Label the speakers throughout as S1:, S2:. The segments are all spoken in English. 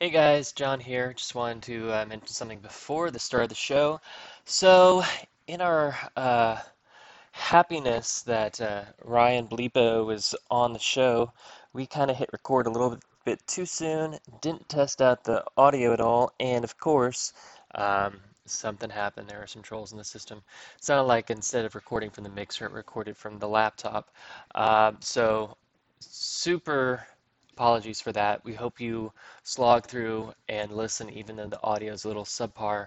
S1: Hey guys, John here. Just wanted to uh, mention something before the start of the show. So, in our uh, happiness that uh, Ryan Bleepo was on the show, we kind of hit record a little bit too soon, didn't test out the audio at all, and of course, um, something happened. There were some trolls in the system. Sounded like instead of recording from the mixer, it recorded from the laptop. Um so, super apologies for that. We hope you slog through and listen, even though the audio is a little subpar.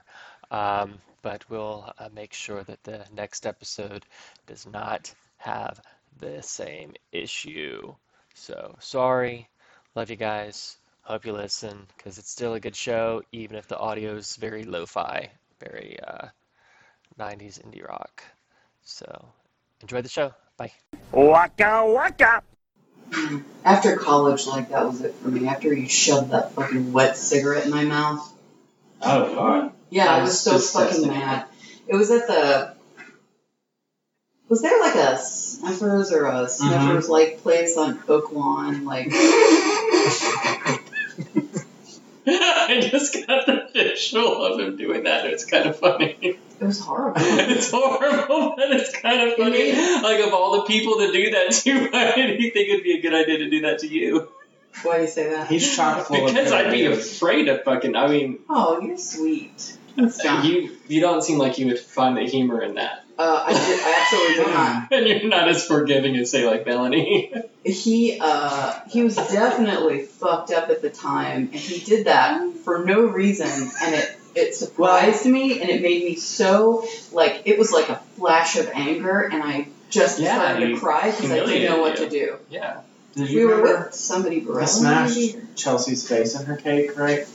S1: Um, but we'll uh, make sure that the next episode does not have the same issue. So sorry. Love you guys. Hope you listen because it's still a good show, even if the audio is very lo fi, very uh, 90s indie rock. So enjoy the show. Bye.
S2: Waka waka.
S3: After college, like that was it for me. After you shoved that fucking wet cigarette in my mouth.
S4: Oh, God.
S3: Yeah, I was
S4: That's
S3: so
S4: disgusting.
S3: fucking mad. It was at the. Was there like a Snickers or a Snickers like place on Oak Lawn? Like,
S4: I just got the visual of him doing that. It's kind of funny.
S3: it was horrible.
S4: It's horrible, but it's kind of funny. Like, of all the people to do that to, why did he think it'd be a good idea to do that to you?
S3: Why do you say that?
S2: He's chock full of
S4: Because
S2: good
S4: I'd be
S2: ideas.
S4: afraid of fucking. I mean,
S3: Oh, you're sweet. That's not.
S4: you you don't seem like you would find the humor in that.
S3: Uh, I, did, I absolutely did not.
S4: And you're not as forgiving as, say, like Melanie.
S3: He uh, he was definitely fucked up at the time, and he did that for no reason, and it it surprised me, and it made me so like it was like a flash of anger, and I just
S4: Yeah,
S3: started
S4: you
S3: to cry because I didn't know what to
S4: humiliated
S3: do.
S4: Yeah.
S2: Did
S3: We
S2: you
S3: were
S2: remember
S3: with somebody
S2: I
S3: Barella.
S2: smashed
S3: maybe?
S2: Chelsea's face in her cake, right?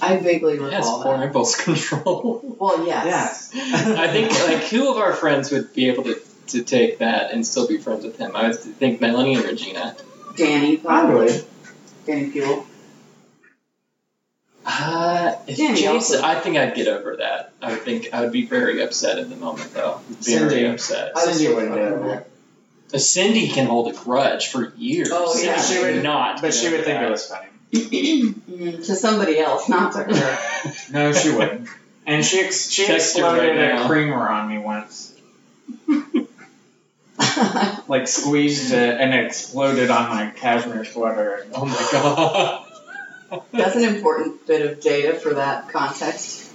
S3: I vaguely
S4: Yes,
S3: recall
S4: poor
S3: that.
S4: impulse control.
S3: Well, yes.
S4: I think like two of our friends would be able to, to take that and still be friends with him. I would think Melanie and Regina.
S3: Danny
S2: Probably.
S3: Danny Fuel.
S4: Uh, if
S3: Danny
S4: Jason,
S3: also-
S4: I think I'd get over that. I would think I would be very upset at the moment though. Very
S2: Cindy.
S4: upset.
S3: I was
S2: Cindy
S3: so
S2: wouldn't
S3: fucking
S2: get over
S3: mad.
S2: it.
S4: Uh, Cindy can hold a grudge for years.
S3: Oh, yeah.
S4: Cindy
S3: She
S4: would
S2: would-
S4: not.
S2: But
S4: get
S2: she would
S4: over
S2: think
S4: that.
S2: it was funny.
S3: Mm, to somebody else, not to her.
S2: No, she wouldn't. And she ex- she
S4: Text her
S2: exploded
S4: right
S2: a
S4: now.
S2: creamer on me once. Like squeezed it and it exploded on my cashmere sweater. And
S4: Oh my god.
S3: That's an important bit of data for that context.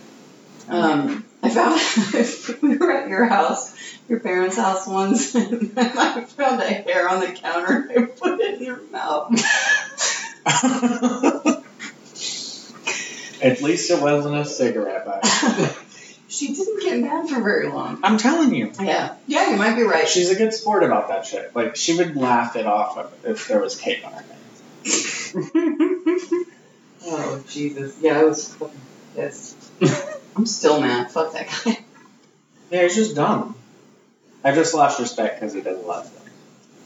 S3: Um, I found we were at your house, your parents' house once, and I found a hair on the counter. and I put it in your mouth.
S2: At least it wasn't a cigarette butt.
S3: she didn't get mad for very long.
S2: I'm telling you.
S3: Yeah, yeah, you might be right.
S2: She's a good sport about that shit. Like she would laugh it off of if there was cake on her face.
S3: Oh Jesus, yeah, I was fucking pissed. I'm still mad. Fuck that guy.
S2: Yeah, he's just dumb. I just lost respect because he doesn't love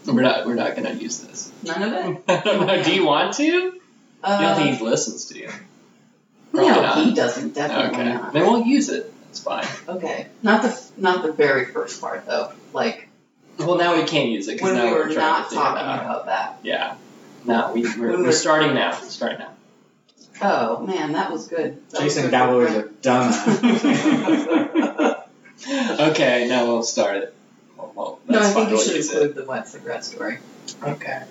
S2: them.
S4: we're not. We're not gonna use this.
S3: None of it.
S4: I don't know. Do you want to? You don't
S3: Uh,
S4: think he listens to you? Probably
S3: no,
S4: not.
S3: he doesn't. Definitely
S4: Okay.
S3: not.
S4: They won't use it. It's fine.
S3: Okay, not the f- not the very first part though. Like.
S4: Well, now we can't use it because
S3: when
S4: now
S3: we were
S4: are trying
S3: not
S4: to figure it
S3: talking
S4: out.
S3: about that.
S4: Yeah. No, we,
S3: We
S4: we're,
S3: were-
S4: we're starting now. Starting now.
S3: Oh man, that was good. That was
S2: Jason
S3: good.
S2: Gallo is a dumbass.
S4: Okay, now we'll start it. Well, well,
S3: No, I
S4: that's
S3: think
S4: fine,
S3: you
S4: we'll
S3: should
S4: use
S3: include the wet cigarette story.
S2: okay.
S4: it.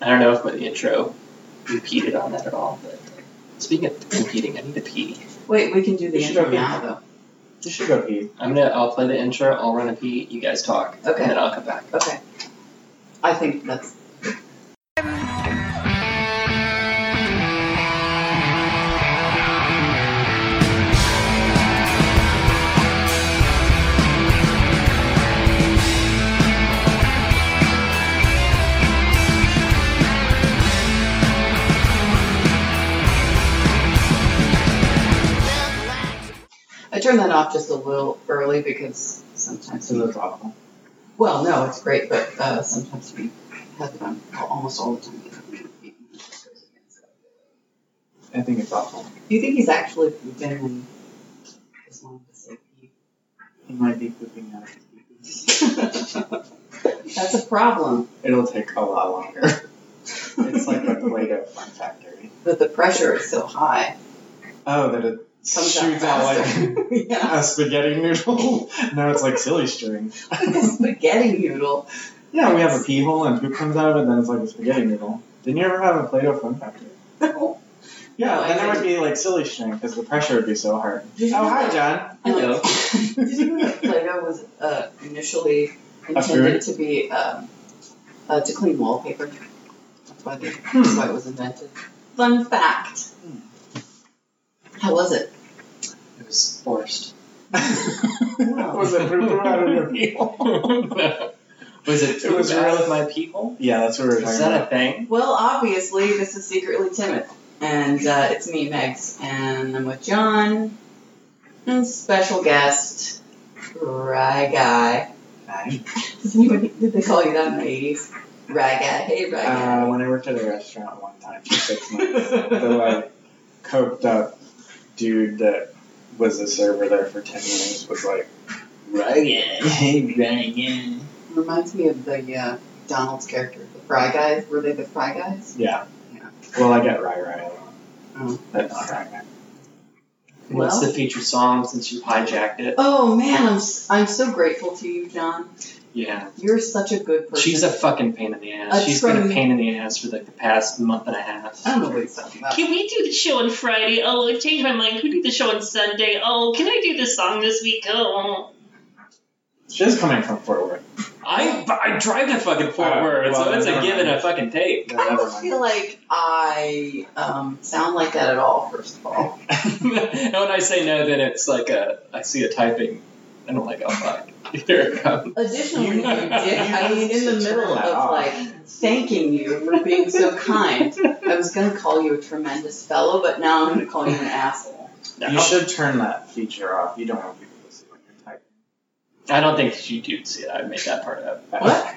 S4: I don't know if my intro impeded on that at all, but speaking of impeding, I need to pee.
S3: Wait, we can do the
S2: You should
S3: intro
S2: go
S3: now
S2: You should go pee.
S4: I'm gonna. I'll play the intro. I'll run a pee. You guys talk.
S3: Okay.
S4: And then I'll come back.
S3: though. Okay, I think that's. I turned that off just a little early because sometimes
S2: So that's awful.
S3: Well, no, it's great, but uh, sometimes we have it on al- almost all the time.
S2: I think it's awful.
S3: Do you think he's actually been in this long to say he-
S2: He might be pooping out.
S3: That's a problem.
S2: It'll take a lot longer. It's like a Play-Doh fun factory.
S3: But the pressure is so high.
S2: Oh, that it
S3: Comes
S2: shoots out
S3: out
S2: like
S3: faster. yeah.
S2: a spaghetti noodle. no, it's like silly string.
S3: Like a spaghetti noodle.
S2: Yeah, we have a pee hole and poop comes out of it, and then it's like a spaghetti noodle. Didn't you ever have a Play-Doh fun factory? Oh,
S3: No.
S2: Yeah,
S3: No, I
S2: then there would be like silly string because the pressure would be so hard.
S3: Did you
S2: Oh,
S3: know
S2: hi,
S3: that-
S2: John.
S3: I know. Did you know that
S2: Hello.
S3: Play-Doh was uh, initially intended to be um, uh, to clean wallpaper? That's why, they,
S2: Hmm.
S3: that's why it was invented. Fun fact. How was it?
S2: It was forced. was it poop or out of your pee hole?
S4: Was it
S2: It was
S4: too bad
S2: real-
S4: with my people?
S2: yeah, that's what we were talking
S4: Is
S2: about.
S4: that a thing?
S3: Well, obviously, this is Secretly Timid, and uh, it's me, Megs, and I'm with John, and special guest, Rye Guy.
S2: Hi.
S3: Does anybody, did they call you that in the 80s? Rye Guy. Hey, Rye Guy.
S2: Uh, when I worked at a restaurant one time for six months,
S3: Uh,
S2: the like coked up dude that was a server there for ten years was like,
S4: Right. Right.
S3: Reminds me of the uh, Donald's character, the Fry Guys. Were they the Fry Guys?
S2: yeah.
S3: Yeah.
S2: Well, I get Rai Rai.
S3: Oh.
S2: But not Rai Rai.
S4: What's
S3: Well-
S4: the featured song since you hijacked it?
S3: Oh man, I'm, s- I'm so grateful to you, John.
S4: Yeah.
S3: You're such a good person.
S4: She's a fucking pain in the ass.
S3: That's
S4: She's been
S3: from- Oh.
S4: a pain in the ass for like the past month and a half.
S3: I don't know what he's talking about.
S5: Can we do the show on Friday? Oh, I've changed my mind. Can we do the show on Sunday? Oh, can I do the song this week? Oh.
S2: She's coming from Fort Worth.
S4: I, I drive to fucking Fort
S2: Oh,
S4: Worth,
S2: well,
S4: so it's a
S2: never
S4: give and
S2: mind.
S4: a fucking take.
S2: Then
S3: I
S2: never
S3: don't
S2: mind.
S3: feel like I um, sound like that at all, first of all.
S4: and when I say no, then it's like a I see a typing. I don't like oh fuck. Here it comes.
S3: Additionally, you
S4: You-
S3: dick, I
S2: you
S3: mean, in the
S2: should turn
S3: middle
S2: that
S3: of
S2: off.
S3: like thanking you for being so kind, I was going to call you a tremendous fellow, but now I'm going to call you an asshole.
S2: You should turn that feature off. You don't want people to see what you're typing.
S4: I don't think you do see it. I made that part up.
S3: What?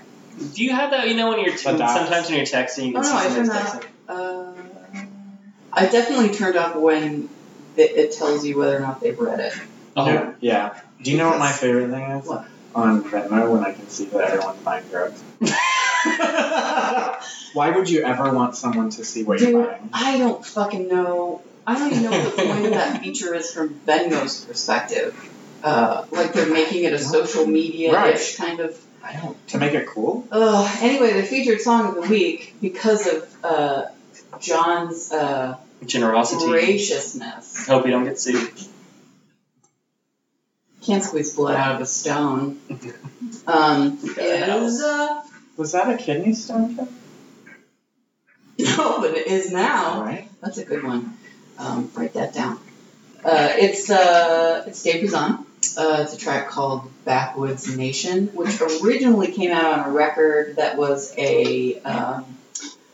S4: Do you have that? You know when you're
S2: The dots.
S4: sometimes when you're texting, you can
S3: Oh,
S4: see
S3: no, I
S4: somebody's
S3: turned that
S4: texting.
S3: Uh, I definitely turned off when it, it tells you whether or not they've read it.
S4: Oh,
S2: Yeah. yeah. Do you know what my favorite thing is?
S3: What?
S2: On Venmo, when I can see that everyone's buying drugs.
S4: Oh.
S2: Why would you ever want someone to see what you're
S3: Dude.
S2: buying?
S3: I don't fucking know. I don't even know what the point of that feature is from Venmo's perspective. Uh, like they're making it a social media ish kind of
S2: I don't. To make it cool?
S3: Ugh, anyway, the featured song of the week, because of uh, John's uh,
S4: generosity.
S3: graciousness,
S4: Hope you don't get sued.
S3: can't squeeze blood out of a stone, um, is. Uh,
S2: Was that a kidney stone? joke?
S3: no, but it is now.
S2: Right?
S3: That's a good one. Um, write that down. Uh, it's uh, it's Dave Kuzan. Uh, it's a track called Backwoods Nation, which originally came out on a record that was a um,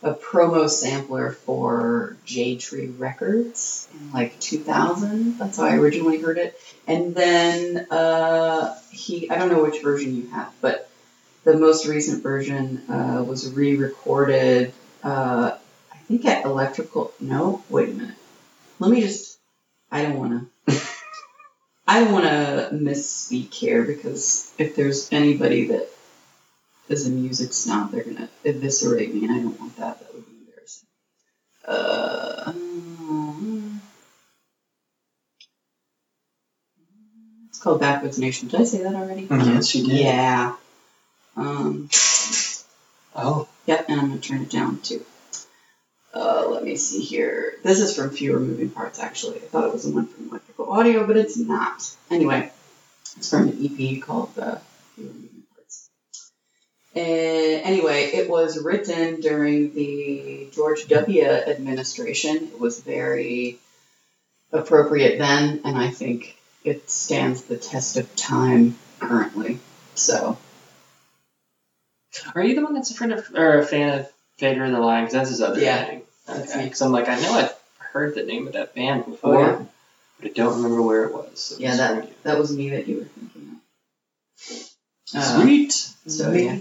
S3: a promo sampler for J Tree Records in like 2000. That's how I originally heard it. And then uh, he, I don't know which version you have, but the most recent version uh, was re-recorded uh, I think at electrical. No, wait a minute. Let me just. I don't want to. I don't want to misspeak here because if there's anybody that is a music snob, they're gonna eviscerate me, and I don't want that. That would be embarrassing. Uh, it's called Backwoods Nation. Did I say that already?
S4: Yes, she did.
S3: Yeah. Um.
S4: Oh,
S3: Yep, and I'm going to turn it down too. Uh, let me see here. This is from Fewer Moving Parts, actually. I thought it was the one from Electrical Audio, but it's not. Anyway, it's from an EP called uh, Fewer Moving Parts. And anyway, it was written during the George W. administration. It was very appropriate then, and I think it stands the test of time currently. So,
S4: are you the one that's a friend of or a fan of Fader the Lion? 'Cause that's his other
S3: Yeah,
S4: thing.
S3: that's
S4: Okay.
S3: me.
S4: 'Cause I'm like, I know I heard the name of that band before,
S3: yeah.
S4: but I don't remember where it was. So
S3: Yeah,
S4: it's
S3: that-
S4: from you.
S3: that was me that you were thinking of. Uh,
S4: Sweet.
S3: so, yeah.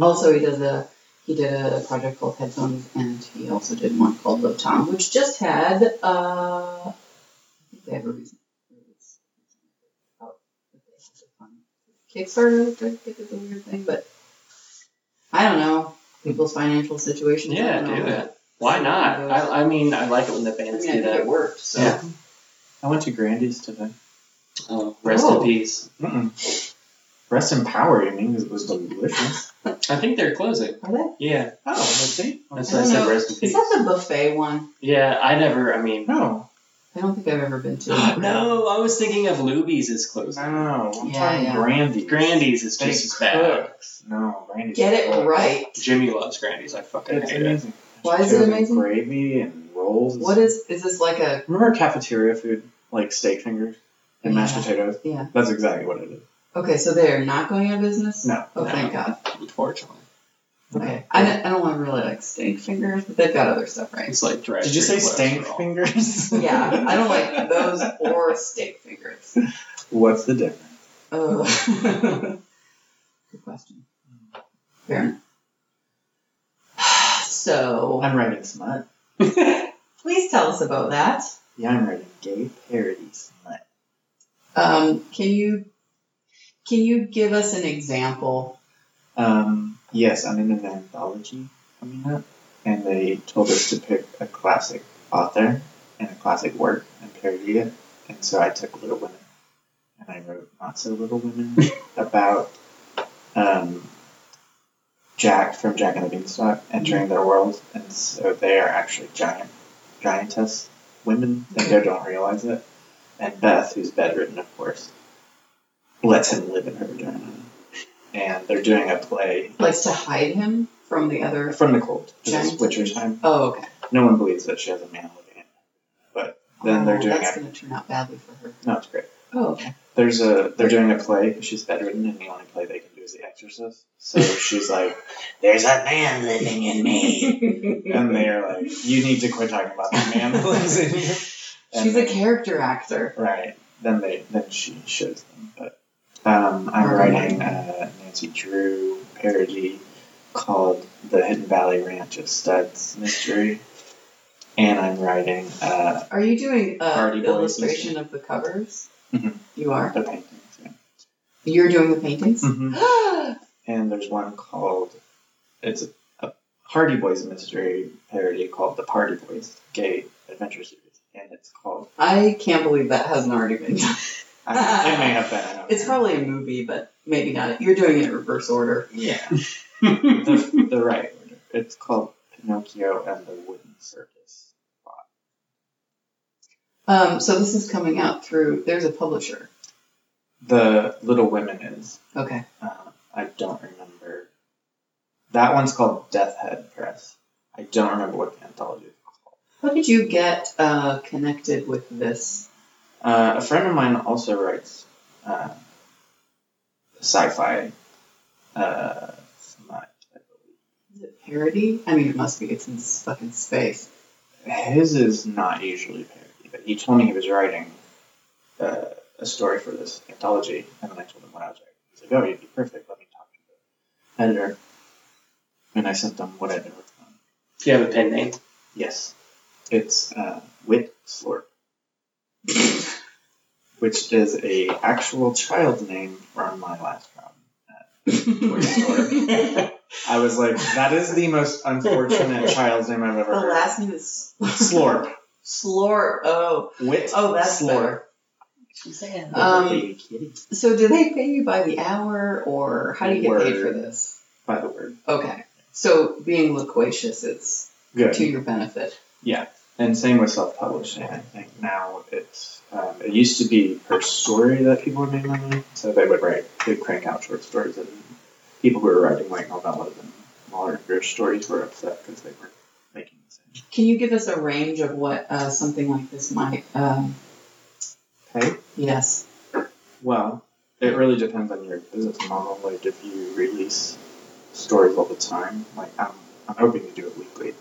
S3: Also, he does a he did a project called Headphones, and he also did one called Love Tom, which just had uh, I think they have a reason. Kickstarter, I think, is a weird thing, but I don't know. people's financial situations.
S4: Yeah,
S3: and all
S4: do
S3: that.
S4: Why not? I, I mean, I like it when the
S3: I
S4: bands
S3: mean, I
S4: do
S3: think it
S4: that.
S3: worked. So
S4: Yeah.
S2: I went to Grandy's today.
S4: Oh, rest
S3: Oh.
S4: in peace.
S2: Mm-mm. Rest in power, you mean? It was delicious.
S4: I think they're closing.
S3: are they?
S4: Yeah,
S2: Oh, let's see.
S4: that's
S3: I
S4: why I
S3: don't
S4: said
S3: know.
S4: rest in
S3: Is
S4: peace.
S3: that the buffet one?
S4: Yeah, I never. I mean,
S2: No,
S3: I don't think I've ever been to. it.
S4: no, I was thinking of Luby's is
S2: no.
S4: closing.
S2: I'm
S3: Yeah,
S2: talking
S3: yeah.
S2: Grandy's.
S4: Grandy's is
S2: They
S4: just as bad.
S2: cook. No, Grandy's.
S3: Get it
S2: cooks.
S3: right.
S4: Jimmy loves Grandy's. I fucking
S2: It's
S4: hate it.
S2: amazing.
S3: Why is it
S2: Chicken,
S3: amazing?
S2: Gravy and rolls.
S3: What is is this like a
S2: Remember cafeteria food, like steak fingers and mashed
S3: Yeah.
S2: potatoes?
S3: yeah?
S2: That's exactly what it is.
S3: Okay, so they're not going out of business.
S2: No.
S3: Oh, thank
S4: No.
S3: God.
S4: Unfortunately,
S3: Okay, I don't, I don't want to really like steak fingers, but they've got other stuff, right?
S4: it's like drive.
S2: Did you say stank fingers?
S3: Yeah, I don't like those or steak fingers.
S2: What's the difference?
S3: Oh, good question. Fair enough. So,
S2: I'm writing smut.
S3: please tell us about that.
S2: Yeah, I'm writing gay parody smut.
S3: Um, can you can you give us an example?
S2: Um, yes, I'm in an anthology coming up, and they told us to pick a classic author and a classic work and parody it. And so I took Little Women, and I wrote Not So Little Women about um, Jack from Jack and the Beanstalk entering their world, and so they are actually giant giantess women, and they don't realize it. And Beth, who's bedridden, of course, lets him live in her vagina. And they're doing a play
S3: Like to hide him from the other.
S2: from the cold. 'cause It's
S3: Giant.
S2: winter time.
S3: Oh, okay.
S2: No one believes that she has a man living in. Then they're
S3: Oh,
S2: doing
S3: That's
S2: it.
S3: going to turn out badly for her.
S2: No, it's great.
S3: Oh, okay.
S2: There's a they're doing a play. 'cause She's bedridden, and the only play they can do is The Exorcist. So she's like, "There's a man living in me," and they're like, "You need to quit talking about the man that lives in you." And
S3: She's a character actor.
S2: Right. Then they then she shows them. But um, I'm
S3: Or-
S2: writing a Nancy Drew parody called "The Hidden Valley Ranch of Studs Mystery," and I'm writing uh,
S3: Are you doing
S2: Hardy
S3: an
S2: Boys
S3: illustration of the covers?
S2: Mhm.
S3: You are.
S2: the paintings. Yeah.
S3: You're doing the paintings.
S2: Mhm. And there's one called it's a, a Hardy Boys mystery parody called "The Party Boys Gay Adventure Series," and it's called.
S3: I can't believe that hasn't already been done.
S2: I, it may have been. I don't
S3: It's
S2: know.
S3: probably a movie, but maybe not. You're doing it in reverse order.
S2: Yeah. the, the right order. It's called Pinocchio and the Wooden Circus.
S3: Um, so this is coming out through. There's a publisher.
S2: The Little Women is.
S3: Okay.
S2: Uh, I don't remember. That one's called Death Head Press. I don't remember what the anthology is called.
S3: How did you get uh, connected with this?
S2: Uh, a friend of mine also writes uh, sci fi. Uh, smut, I
S3: Is it parody? I mean, it must be. It's in s- fucking space.
S2: believe. His is not usually parody, but he told me he was writing uh, a story for this anthology, and then I told him what I was writing. He's like, "Oh, you'd be perfect. Let me talk to the editor." And I sent them what I'd been working on.
S4: Do you have a pen name?
S2: Yes, it's uh, Wit Slorp, which is a actual child name from my last job. I was like, that is the most unfortunate child's name I've
S3: The
S2: ever heard.
S3: last name is
S2: Slorp.
S3: Slor. Oh,
S2: Wit.
S3: oh, that's
S2: Slorp.
S3: better. Um,
S2: Hey, kitty.
S3: So do they pay you by the hour or how do you get paid for
S2: Word.
S3: this?
S2: By the word.
S3: Okay. So being loquacious is
S2: Good.
S3: to your benefit.
S2: And same with self-publishing. I think now it's um, it used to be per story that people would make money, so they would write, they'd crank out short stories, and people who were writing light novellas and longer stories were upset because they weren't making the same
S3: Can you give us a range of what uh, something like this might? Um,
S2: pay.
S3: yes.
S2: Well, it really depends on your business model. Like if you release stories all the time, like I'm I'm hoping to do it weekly,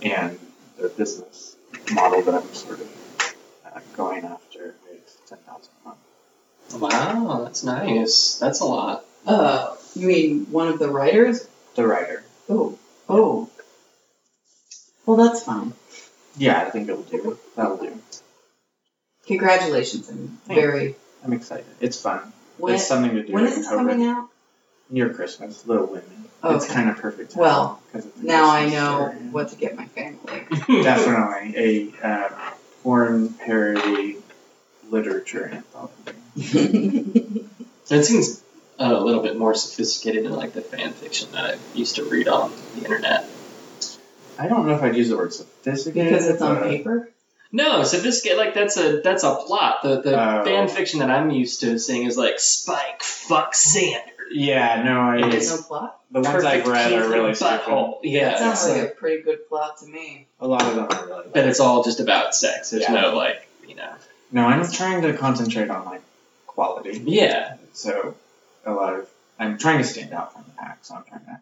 S2: and the business model that I'm sort of uh, going after is ten thousand a month.
S4: Wow, that's nice. That's a lot.
S3: Uh, you mean one of the writers?
S2: The writer.
S3: Oh, oh. Well, that's fine.
S2: Yeah, I think it'll do. That'll do.
S3: Congratulations. I'm
S2: Thanks.
S3: very.
S2: I'm excited. It's fun.
S3: When,
S2: it's something to do.
S3: when
S2: in
S3: is this
S2: COVID.
S3: coming out?
S2: near Christmas, Little Women. It's
S3: Okay.
S2: kind of perfect. time
S3: Well,
S2: 'cause it's a
S3: Now I
S2: Christmas
S3: know
S2: story.
S3: what to get my family.
S2: Definitely a uh, porn parody literature anthology.
S4: That seems a little bit more sophisticated than like the fan fiction that I used to read on the internet.
S2: I don't know if I'd use the word sophisticated
S3: because it's on
S2: but-
S3: paper.
S4: No, sophisticated like that's a that's a plot. The the
S2: Oh.
S4: fan fiction that I'm used to seeing is like Spike fuck Sanders.
S2: Yeah, no, I,
S4: It
S3: There's
S4: is
S3: no plot.
S2: the ones I've
S4: Perfect
S2: read
S4: kid
S2: are
S4: in a
S2: really stupid.
S4: butthole. Yeah,
S3: That
S4: it's
S3: sounds like
S4: like-
S3: a pretty good plot to me.
S2: A lot of them are really
S4: but
S2: bad.
S4: it's all just about sex. There's
S2: Yeah.
S4: no like you know.
S2: No, I'm trying to concentrate on like quality.
S4: Yeah,
S2: So a lot of I'm trying to stand out from the pack, so I'm trying to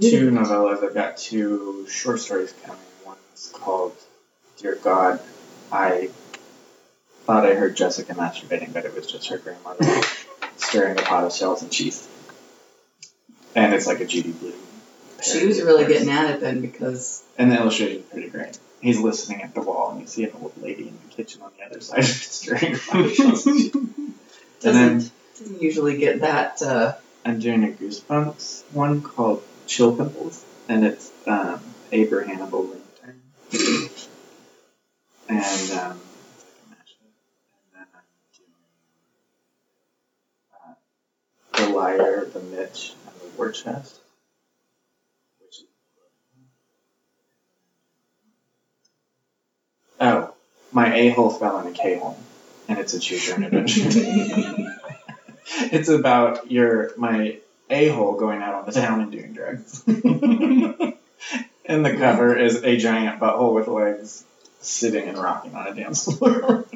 S2: two novellas. I've got two short stories coming. One's called Dear God. I thought I heard Jessica masturbating, but it was just her grandmother stirring a pot of shells and cheese. And it's like a Judy Blue.
S3: She was really getting at it then because
S2: And the illustration's pretty great. He's listening at the wall, and you see an old lady in the kitchen on the other side stirring a pot of shells and cheese. And then-
S3: doesn't doesn't usually get that. Uh,
S2: I'm doing a Goosebumps one called Chill Pimples, and it's um, Abraham Lincoln. and um, it's like a mashup. And then I'm doing uh, The Liar, The Mitch, and The War Chest. Which is... Oh, my a-hole fell in a k-hole, and it's a choose your own adventure. It's about your my a hole going out on the town and doing drugs. and the cover is a giant butthole with legs sitting and rocking on a dance floor.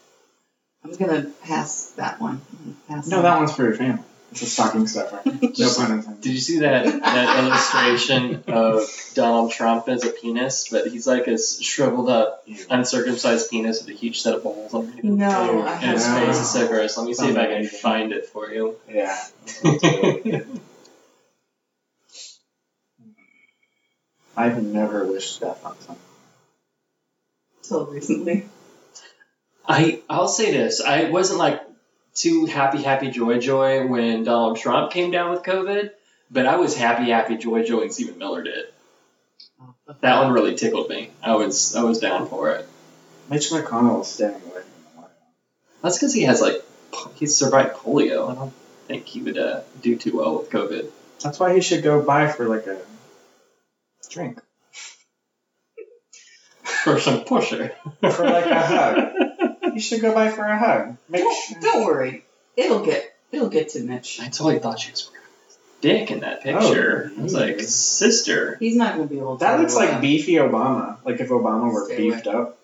S3: I'm gonna pass that one. I'm gonna Pass
S2: no, that one's for your family. It's a stocking stuffer. No pun intended.
S4: Did you see that that illustration of Donald Trump as a penis? But he's like a s- shriveled up, uncircumcised penis with a huge set of balls on it.
S3: No, I
S4: And his
S2: No.
S4: face
S3: haven't.
S4: is so gross. Let me see if I can find it for you.
S2: Yeah. I've never wished death on someone.
S3: until recently.
S4: I I'll say this. I wasn't like too happy, happy, joy, joy when Donald Trump came down with COVID, but I was happy, happy, joy, joy when Stephen Miller did. That one really tickled me. I was I was down for it.
S2: Mitch McConnell is standing away from the White House.
S4: That's because he has like po- he survived polio. I don't think he would uh, do too well with COVID.
S2: That's why he should go buy for like a drink.
S4: for some pusher.
S2: For like a hug. You should go by for a hug. Make sure.
S3: Don't, don't worry, it'll get it'll get to Mitch.
S4: I totally thought she was wearing a dick in that picture. I was like,
S2: geez.
S4: sister.
S3: He's not gonna be able. to
S2: That looks like
S3: uh,
S2: beefy Obama. Like if Obama were
S3: Stay
S2: beefed up,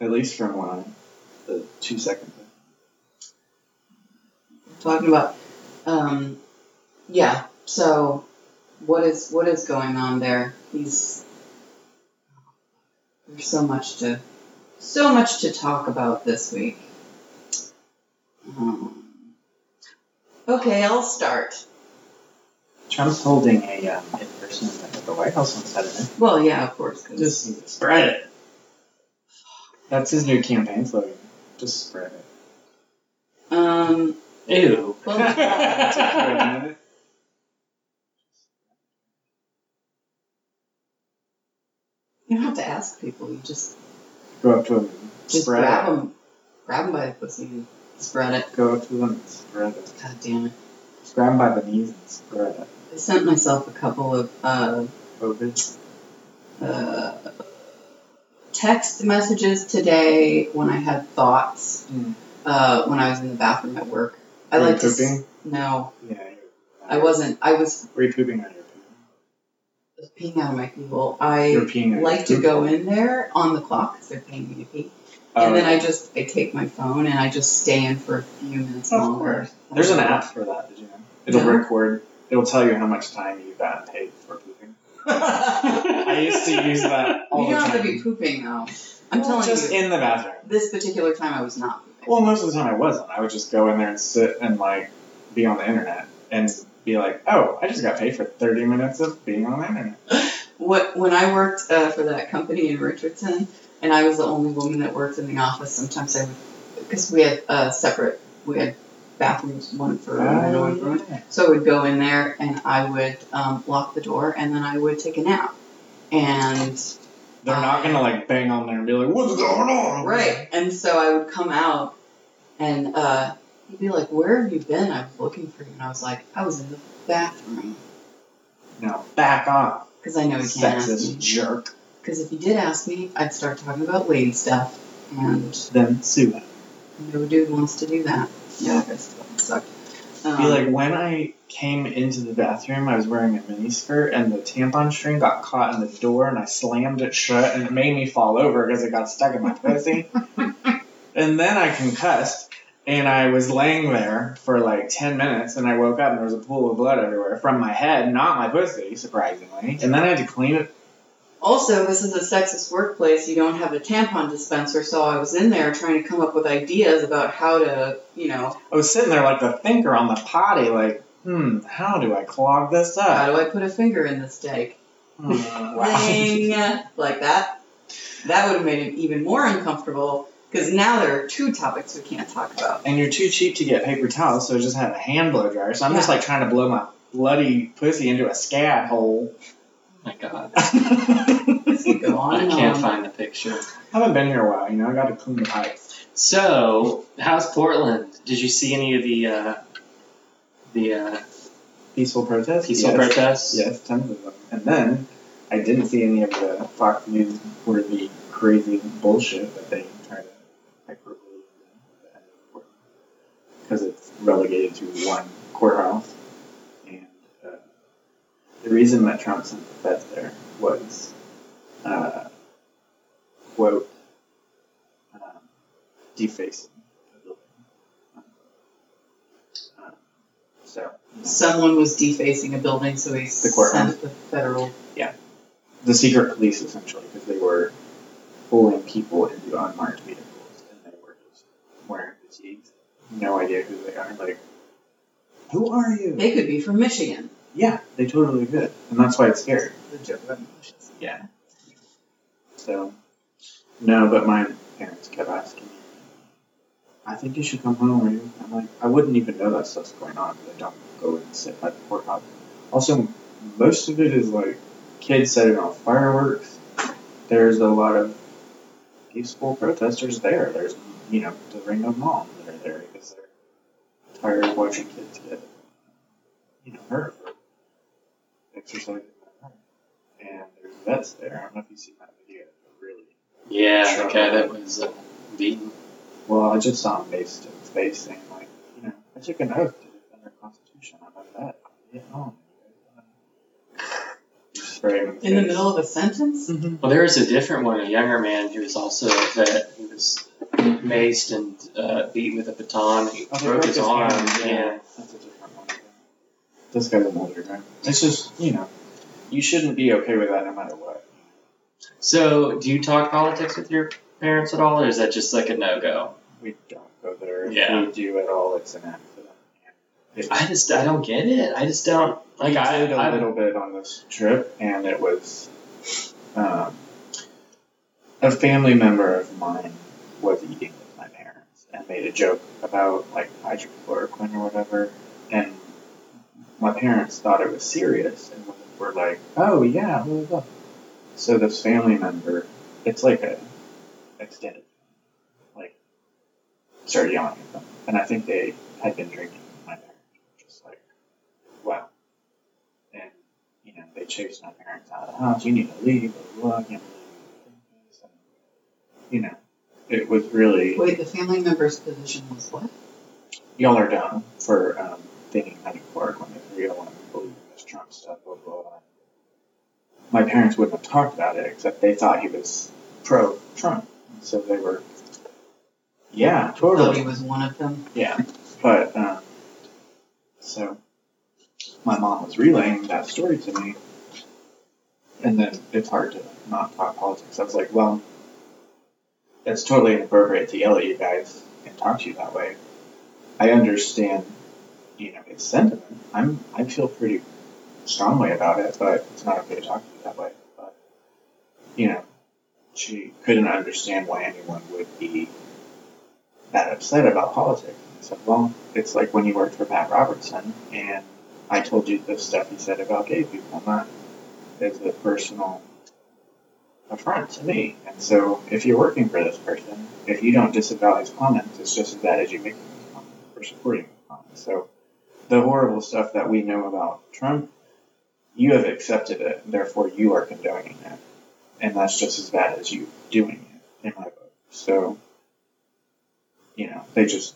S2: at least from one, the two second. thing.
S3: talking about. Um, yeah. So, what is what is going on there? He's there's so much to so much to talk about this week. Um, okay, I'll start.
S2: Trump's holding a um, in-person event at the White House on Saturday.
S3: Well, yeah, of course. 'cause-
S2: Just spread it. That's his new campaign slogan. Just spread it.
S3: um,
S4: Ew.
S3: well, you don't have to ask people. You just
S2: go up to him. and
S3: just
S2: spread
S3: grab
S2: it.
S3: them, grab them by the pussy and spread it.
S2: Go up to them and spread it.
S3: God damn it!
S2: Grab him by the knees and spread it.
S3: I sent myself a couple of. Uh,
S2: COVID.
S3: uh, text messages today when I had thoughts
S2: Mm.
S3: uh, when I was in the bathroom at work. I
S2: Were you
S3: like to. s-
S2: pooping?
S3: no,
S2: Yeah.
S3: I wasn't. I was
S2: Were you pooping on your poop?
S3: peeing out of my people.
S2: You were
S3: I
S2: peeing on your
S3: like to
S2: poop?
S3: go in there on the clock because they're paying me to pee,
S2: Oh,
S3: and then I just I take my phone and I just stay in for a few minutes
S2: Of
S3: longer.
S2: course. There's an app for that, did you know? It'll
S3: No.
S2: record, it'll tell you how much time you've gotten paid for pooping. I used to use that all
S3: you
S2: the
S3: don't
S2: time.
S3: have to be pooping though. I'm
S2: Well,
S3: telling
S2: just
S3: you,
S2: in the bathroom.
S3: this particular time I was not. pooping.
S2: Well, most of the time I wasn't. I would just go in there and sit and like be on the internet and be like, oh, I just got paid for 30 minutes of being on the internet.
S3: What when I worked uh, for that company in Richardson, and I was the only woman that worked in the office. Sometimes I would, because we had uh, separate, we had bathrooms, one for a room and one for
S2: Oh,
S3: women.
S2: yeah.
S3: So I would go in there and I would um, lock the door and then I would take a nap. And
S2: They're not gonna like bang on there and be like, "What's going on?"
S3: right, and so I would come out and uh, he'd be like, "Where have you been? I was looking for you." And I was like, "I was in the bathroom
S2: Now back off,
S3: because I know he can't ask
S2: sexist
S3: me.
S2: jerk.
S3: Because if he did ask me, I'd start talking about lady stuff, and
S2: Then sue him.
S3: no dude wants to do that. Yeah, that guy's fucking sucked. Um,
S2: Be like, when I came into the bathroom, I was wearing a miniskirt, and the tampon string got caught in the door, and I slammed it shut, and it made me fall over because it got stuck in my pussy. and then I concussed, and I was laying there for like ten minutes, and I woke up, and there was a pool of blood everywhere from my head, not my pussy, surprisingly. And then I had to clean it.
S3: Also, this is a sexist workplace. You don't have a tampon dispenser, so I was in there trying to come up with ideas about how to, you know,
S2: I was sitting there like the thinker on the potty, like, hmm, how do I clog this
S3: how
S2: up?
S3: do I put a finger in the steak?
S2: Hmm,
S3: Zing! like that. That would have made it even more uncomfortable because now there are two topics we can't talk about.
S2: and you're too cheap to get paper towels, so I just have a hand blow dryer. So I'm just like trying to blow my bloody pussy into a scat hole.
S4: oh My God,
S3: This could go on
S4: I
S3: and
S4: can't
S3: on.
S4: find the picture.
S2: haven't been here a while, you know. I got to clean the pipes.
S4: So, how's Portland? Did you see any of the uh, the uh,
S2: Peaceful protest.
S4: peaceful
S2: yes.
S4: protests?
S2: Yes, tons of them. And then I didn't see any of the Fox News worthy crazy bullshit that they try to hyperbole because it's relegated to one courthouse. And uh, the reason that Trump sent the feds there was, uh, quote, um, defacing. the building. Um, So,
S3: Someone was defacing a building, so he
S2: courtroom.
S3: sent the federal.
S2: the secret police essentially because they were pulling people into unmarked vehicles and they were just wearing fatigues. No idea who they are. Like, who are you?
S3: They could be from Michigan.
S2: Yeah, they totally could, and that's why it's scary.
S3: The joke about emotions.
S2: Yeah. So, no, but my parents kept asking me. I think you should come home. Or you-" I'm like, I wouldn't even know that stuff's going on because I don't go and sit by the courthouse. Also, most of it is like kids setting off fireworks. There's a lot of peaceful protesters there. There's, you know, the ring of moms that are there because they're tired of watching kids get, you know, hurt for exercising their right and there's vets there. I don't know if you've seen that video. but Really?
S4: Yeah, the guy that was uh, beaten.
S2: Well, I just saw him based in space saying, like, you know, I took an oath to defend our Constitution. I'm a vet. I'm Vietnam. Spray him in the,
S3: In the middle of a sentence?
S2: Mm-hmm.
S4: Well, there was a different one, a younger man who was also a vet. He was maced and uh, beaten with a baton. He Oh, broke his arm. Yeah.
S2: That's a different one. This guy's an older guy. It's just, you know, you shouldn't be okay with that no matter what.
S4: So, do you talk politics with your parents at all, or is that just like a no go?
S2: We don't go there. If
S4: Yeah.
S2: we do at all, it's an accident. It-
S4: I just I don't get it. I just don't like.
S2: we
S4: I
S2: did a
S4: I-
S2: little bit on this trip, and it was um, a family member of mine was eating with my parents and made a joke about like hydrochloroquine or whatever, and my parents thought it was serious and were like, "Oh yeah, blah, blah, blah." so this family member, it's like a extended, like started yelling at them, and I think they had been drinking. My parents were just like, wow and you know they chased my parents out of the house. You need to leave. Blah, blah, blah, you know, you know, it was really
S3: Wait, the family member's position was what?
S2: y'all are dumb for um, thinking hydrochloroquine is real and believing this Trump stuff. Blah blah. blah. My parents wouldn't have talked about it except they thought he was pro Trump, so they were, yeah,
S3: Thought
S2: totally.
S3: he was one of them.
S2: Yeah, but um, so my mom was relaying that story to me, and then it's hard to not talk politics. I was like, well, it's totally inappropriate to yell at you guys and talk to you that way. I understand, you know, his sentiment. I'm I feel pretty strongly about it, but it's not okay to talk to you that way. But you know, she couldn't understand why anyone would be that upset about politics. I said, well, it's like when you worked for Pat Robertson, and I told you the stuff he said about gay people, not as a personal affront to me. And so, if you're working for this person, if you don't disavow his comments, it's just as bad as you make his comments or supporting his comments. So, the horrible stuff that we know about Trump, you have accepted it, and therefore you are condoning it, and that's just as bad as you doing it, in my book. So, you know, they just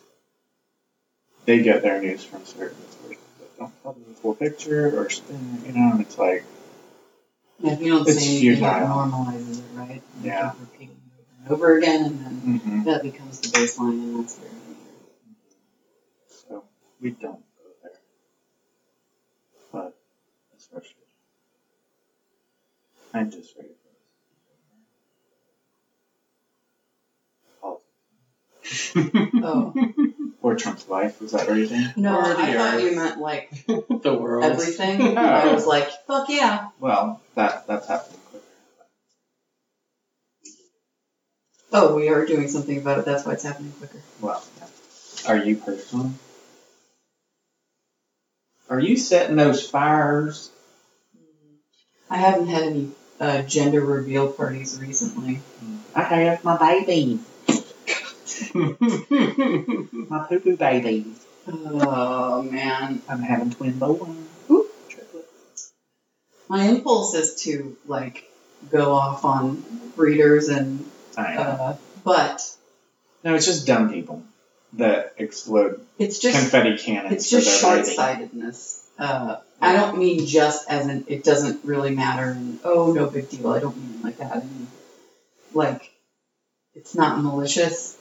S2: they get their news from certain sources that don't tell them the full picture or spin, it, you know, and it's like.
S3: Yeah, if you don't
S2: It's
S3: say anything, it
S2: futile.
S3: normalizes it, right? And you
S2: Yeah.
S3: keep repeating it over and over again, and then
S2: hmm
S3: that becomes the baseline, and that's very
S2: So we don't go there. But it's frustrating. I'm just ready for this.
S3: Oh
S2: Or Trump's life, was that what you're saying?
S3: no,
S4: Or the
S3: I thought
S4: earth.
S3: you meant like
S4: the world.
S3: everything. and I
S2: No.
S3: was like, fuck yeah.
S2: Well, that that's happening quicker.
S3: Oh, we are doing something about it. That's why it's happening quicker.
S2: Well, yeah. are you personal? Are you setting those fires?
S3: I haven't had any uh, gender reveal parties recently.
S2: I have my baby,
S4: That's
S2: my poo poo baby.
S3: Oh man,
S2: I'm having twin boys.
S3: Ooh.
S2: Triplets.
S3: my impulse is to like go off on breeders and
S2: I know.
S3: uh, but
S2: No, it's just dumb people that explode
S3: it's just
S2: confetti cannons.
S3: It's just
S2: for their
S3: short
S2: baby.
S3: sightedness. Uh, I don't mean just as an it doesn't really matter and oh no big deal. I don't mean it like that. I mean like it's not malicious,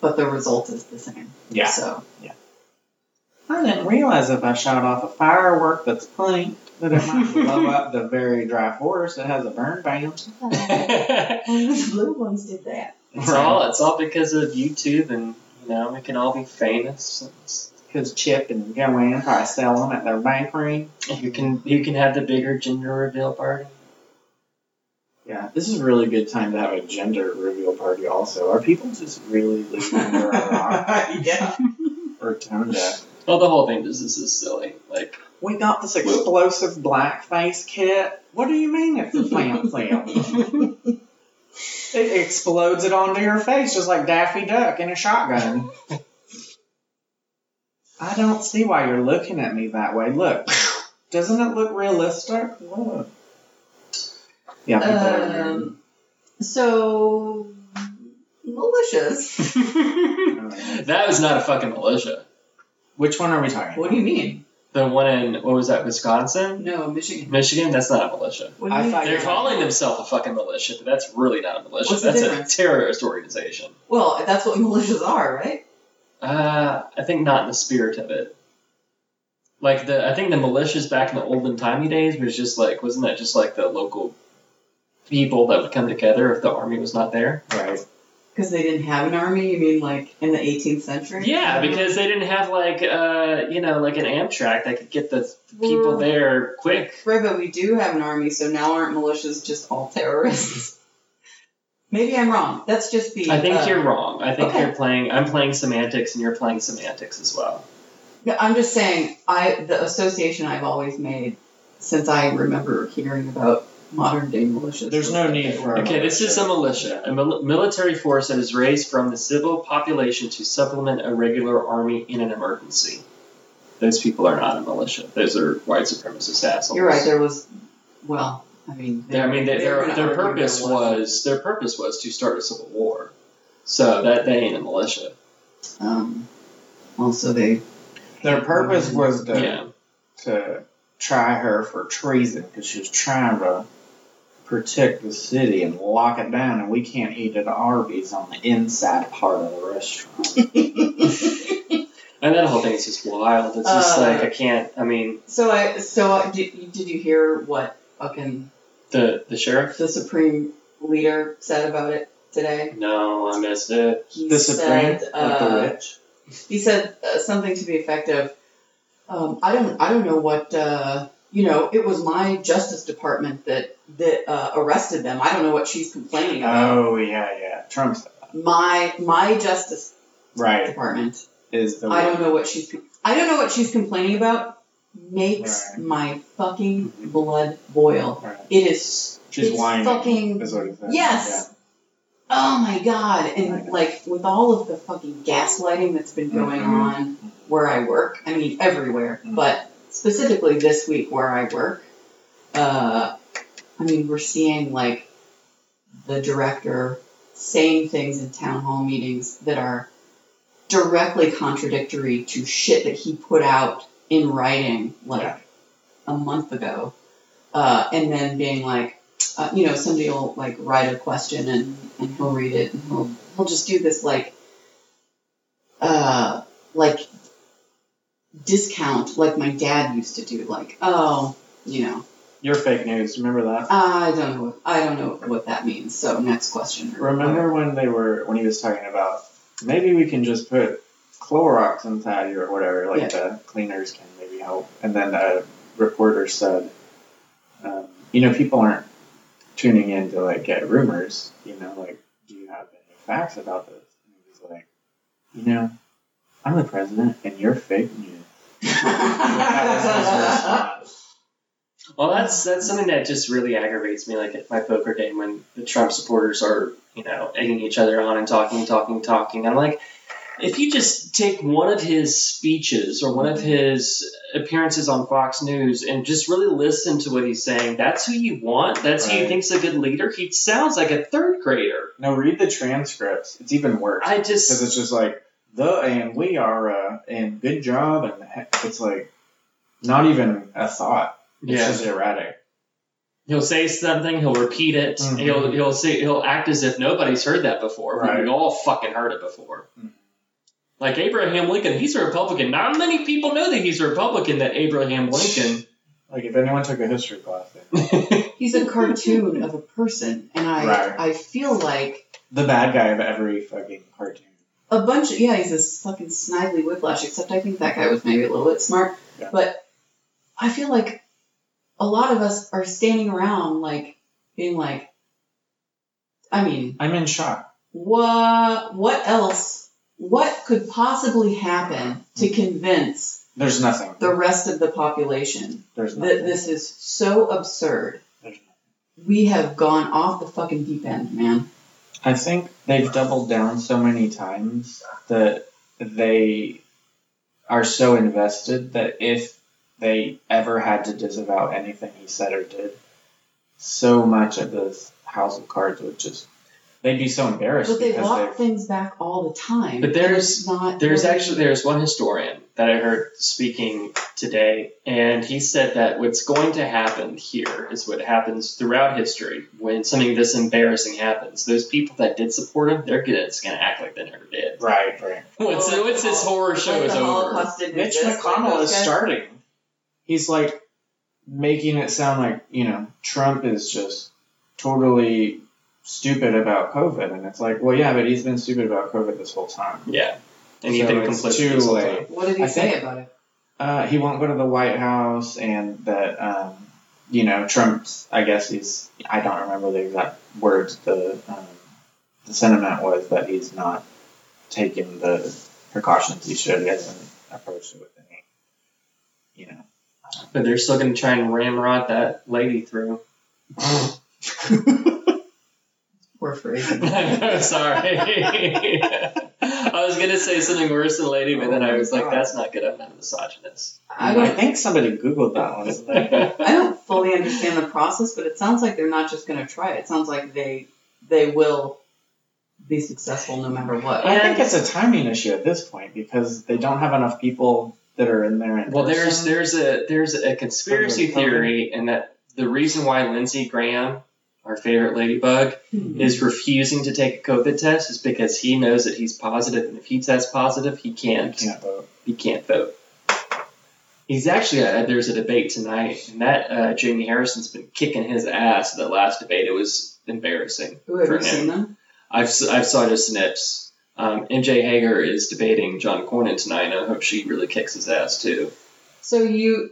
S3: but the result is the same.
S2: Yeah.
S3: So
S2: I didn't realize if I shot off a firework that's pink that it might blow up the very dry forest that has a burn ban.
S3: only the blue ones did that.
S4: all. It's all because of YouTube, and you know we can all be famous. It's-
S2: Because Chip and Joanne probably sell them at their bakery.
S4: You can you can have the bigger gender reveal party.
S2: Yeah, this is a really good time to have a gender reveal party. Also, are people just really living under a rock
S3: yeah.
S2: or tone deaf?
S4: Well, the whole thing is this is silly. Like
S2: We got this explosive blackface kit. What do you mean it's a plant sale? It explodes it onto your face just like Daffy Duck in a shotgun. I don't see why you're looking at me that way. Look, doesn't it look realistic? Look. Yeah, people are weird.
S3: Um, so malicious.
S4: that
S2: Alright.
S4: was not a fucking militia.
S2: Which one are we talking?
S3: What do you mean?
S4: The one in what was that? Wisconsin,
S3: No, Michigan.
S4: Michigan. That's not a militia.
S3: What do you
S2: I
S3: mean?
S2: thought
S4: They're calling themselves a fucking militia, but that's really not a militia.
S3: What's the
S4: that's
S3: difference?
S4: a terrorist organization.
S3: Well, that's what militias are, right?
S4: Uh, I think not in the spirit of it. Like the, I think the militias back in the olden timey days was just like, wasn't that just like the local people that would come together if the army was not there?
S2: Right.
S3: Because they didn't have an army. You mean like in the 18th century?
S4: Yeah, because they didn't have like, uh, you know, like an Amtrak that could get the people
S3: Well-
S4: there quick.
S3: Right, but we do have an army, so now aren't militias just all terrorists? Maybe I'm wrong. That's just the.
S4: I think
S3: uh,
S4: you're wrong. I think
S3: okay.
S4: you're playing. I'm playing semantics, and you're playing semantics as well.
S3: No, I'm just saying. I the association I've always made since I remember hearing about modern day militias.
S2: There's no need for a
S4: Okay, this is a militia, a mil- military force that is raised from the civil population to supplement a regular army in an emergency. Those people are not a militia. Those are white supremacist assholes.
S3: You're right. There was. Well, I mean.
S4: They- I mean,
S3: they're
S4: they, their
S3: gonna
S4: their
S3: argue
S4: purpose
S3: there wasn't.
S4: was their purpose was to start a civil war. So that they ain't a militia.
S3: Um, also, they.
S2: Their purpose was to,
S4: Yeah,
S2: to try her for treason because she was trying to protect the city and lock it down, and we can't eat at Arby's on the inside part of the restaurant.
S4: and that whole thing is just wild. It's just
S3: Uh,
S4: like I can't. I mean,
S3: So I. So I, did, you- did you hear what fucking
S4: the the sheriff.
S3: the supreme leader said about it today?
S4: No, I missed it.
S3: He
S2: the Supreme,
S3: said.
S2: like
S3: uh,
S2: the witch.
S3: he said uh, something to the effect of, um, I don't, I don't know what, uh, you know, it was my Justice Department that that uh, arrested them. I don't know what she's complaining about.
S2: Oh yeah, yeah. Trump's
S3: My my Justice
S2: right.
S3: Department
S2: is the
S3: I
S2: one-
S3: don't know what she's. I don't know what she's complaining about. Makes
S2: Right.
S3: my fucking blood boil.
S2: Right.
S3: It is.
S2: She's
S3: it's
S2: whining.
S3: Fucking
S2: is what it says.
S3: Yes. Oh my god! And
S2: Right.
S3: like with all of the fucking gaslighting that's been going
S2: Mhm.
S3: on where I work, I mean everywhere,
S2: Mhm.
S3: but specifically this week where I work, uh, I mean we're seeing like the director saying things in town hall meetings that are directly contradictory to shit that he put out in writing like
S2: Yeah.
S3: a month ago, uh, and then being like uh, you know, somebody will like write a question and, and he'll read it and he'll, he'll just do this like, uh, like discount like my dad used to do. Like, oh, you know,
S2: Your fake news. Remember that?
S3: I don't know, I don't know what that means. So next question.
S2: Remember when they were when he was talking about maybe we can just put Clorox inside you or whatever, like
S3: Yeah.
S2: the cleaners can maybe help. And then a reporter said, um, you know, people aren't tuning in to like get rumors. You know, like, do you have any facts about this? And he was like, you know, I'm the president and you're fake news.
S3: Right.
S4: Well, that's that's something that just really aggravates me. Like at my poker game, when the Trump supporters are you know egging each other on and talking, talking, talking. I'm like, if you just take one of his speeches or one of
S2: Mm-hmm.
S4: his appearances on Fox News and just really listen to what he's saying, that's who you want. That's who you
S2: Right.
S4: think's a good leader. He sounds like a third grader.
S2: No, read the transcripts. It's even worse.
S4: I
S2: because
S4: just
S2: it's just like the and we are uh, and good job and heck, it's like not even a thought. It's
S4: yeah.
S2: just erratic.
S4: He'll say something. He'll repeat it.
S2: Mhm.
S4: He'll he'll say he'll act as if nobody's heard that before. when We
S2: Right.
S4: all fucking heard it before.
S2: Mhm.
S4: Like Abraham Lincoln, he's a Republican. Not many people know that he's a Republican. That Abraham Lincoln.
S2: Like if anyone took a history class, then
S3: He's a cartoon of a person, and I
S2: Right.
S3: I feel like
S2: the bad guy of every fucking cartoon.
S3: a bunch of yeah, he's this fucking snidely whiplash, except I think that guy was maybe a little bit smart.
S2: Yeah.
S3: But I feel like a lot of us are standing around like being like I mean,
S2: I'm in shock.
S3: what what else what could possibly happen to convince
S2: There's nothing.
S3: the rest of the population
S2: There's nothing.
S3: that this is so absurd?
S2: There's nothing.
S3: We have gone off the fucking deep end, man.
S2: I think they've doubled down so many times that they are so invested that if they ever had to disavow anything he said or did, so much of this House of Cards would just they'd be so embarrassed
S3: But they
S2: because
S3: walk things back all the time.
S4: But
S3: and
S4: there's-
S3: it's not
S4: There's actually there's one historian that I heard speaking today, and he said that what's going to happen here is what happens throughout history when something this embarrassing happens. Those people that did support him, they're gonna, it's going to act like they never did.
S2: they right right.
S4: Once,
S3: Oh,
S4: once this horror show
S3: Like
S4: is
S3: the
S4: over,
S3: Holocaust didn't
S2: Mitch
S3: exist, like
S2: McConnell
S3: those
S2: is
S3: guys-
S2: starting. He's like making it sound like, you know, Trump is just totally stupid about COVID. And it's like, well, yeah, but he's been stupid about COVID this whole time.
S4: yeah, and you've
S2: So
S4: been
S2: it's
S4: complicit
S2: too
S4: this whole
S2: late.
S4: time.
S3: What did he
S2: I
S3: say
S2: think-
S3: about it?
S2: Uh, he won't go to the White House, and that, um, you know, Trump's, I guess he's, I don't remember the exact words, the, um, the sentiment was that he's not taking the precautions he should. He hasn't approached it with any, you know.
S4: But they're still going to try and ramrod that lady through.
S3: We're free.
S4: I'm sorry. I was going to say something worse than lady, but then I was like, that's not good. I'm not a misogynist.
S3: I
S2: I
S3: don't.
S2: think somebody Googled that one. Isn't it?
S3: I don't fully understand the process, but it sounds like they're not just going to try. It sounds like they they will be successful no matter what.
S2: I think it's a timing issue at this point because they don't have enough people that are in there. In
S4: well, there's
S2: person.
S4: there's a there's a conspiracy
S2: From the-
S4: theory, and that the reason why Lindsey Graham, our favorite ladybug,
S3: Hmm.
S4: is refusing to take a COVID test is because he knows that he's positive, and if he tests positive, he can't
S2: can't vote.
S4: he can't vote. He's actually uh, there's a debate tonight, and that uh, Jamie Harrison's been kicking his ass at the last debate. It was embarrassing.
S3: Who have
S4: for
S3: you
S4: him.
S3: seen them?
S4: I've s- I've saw just snips. Um, MJ Hager is debating John Cornyn tonight, and I hope she really kicks his ass too.
S3: So you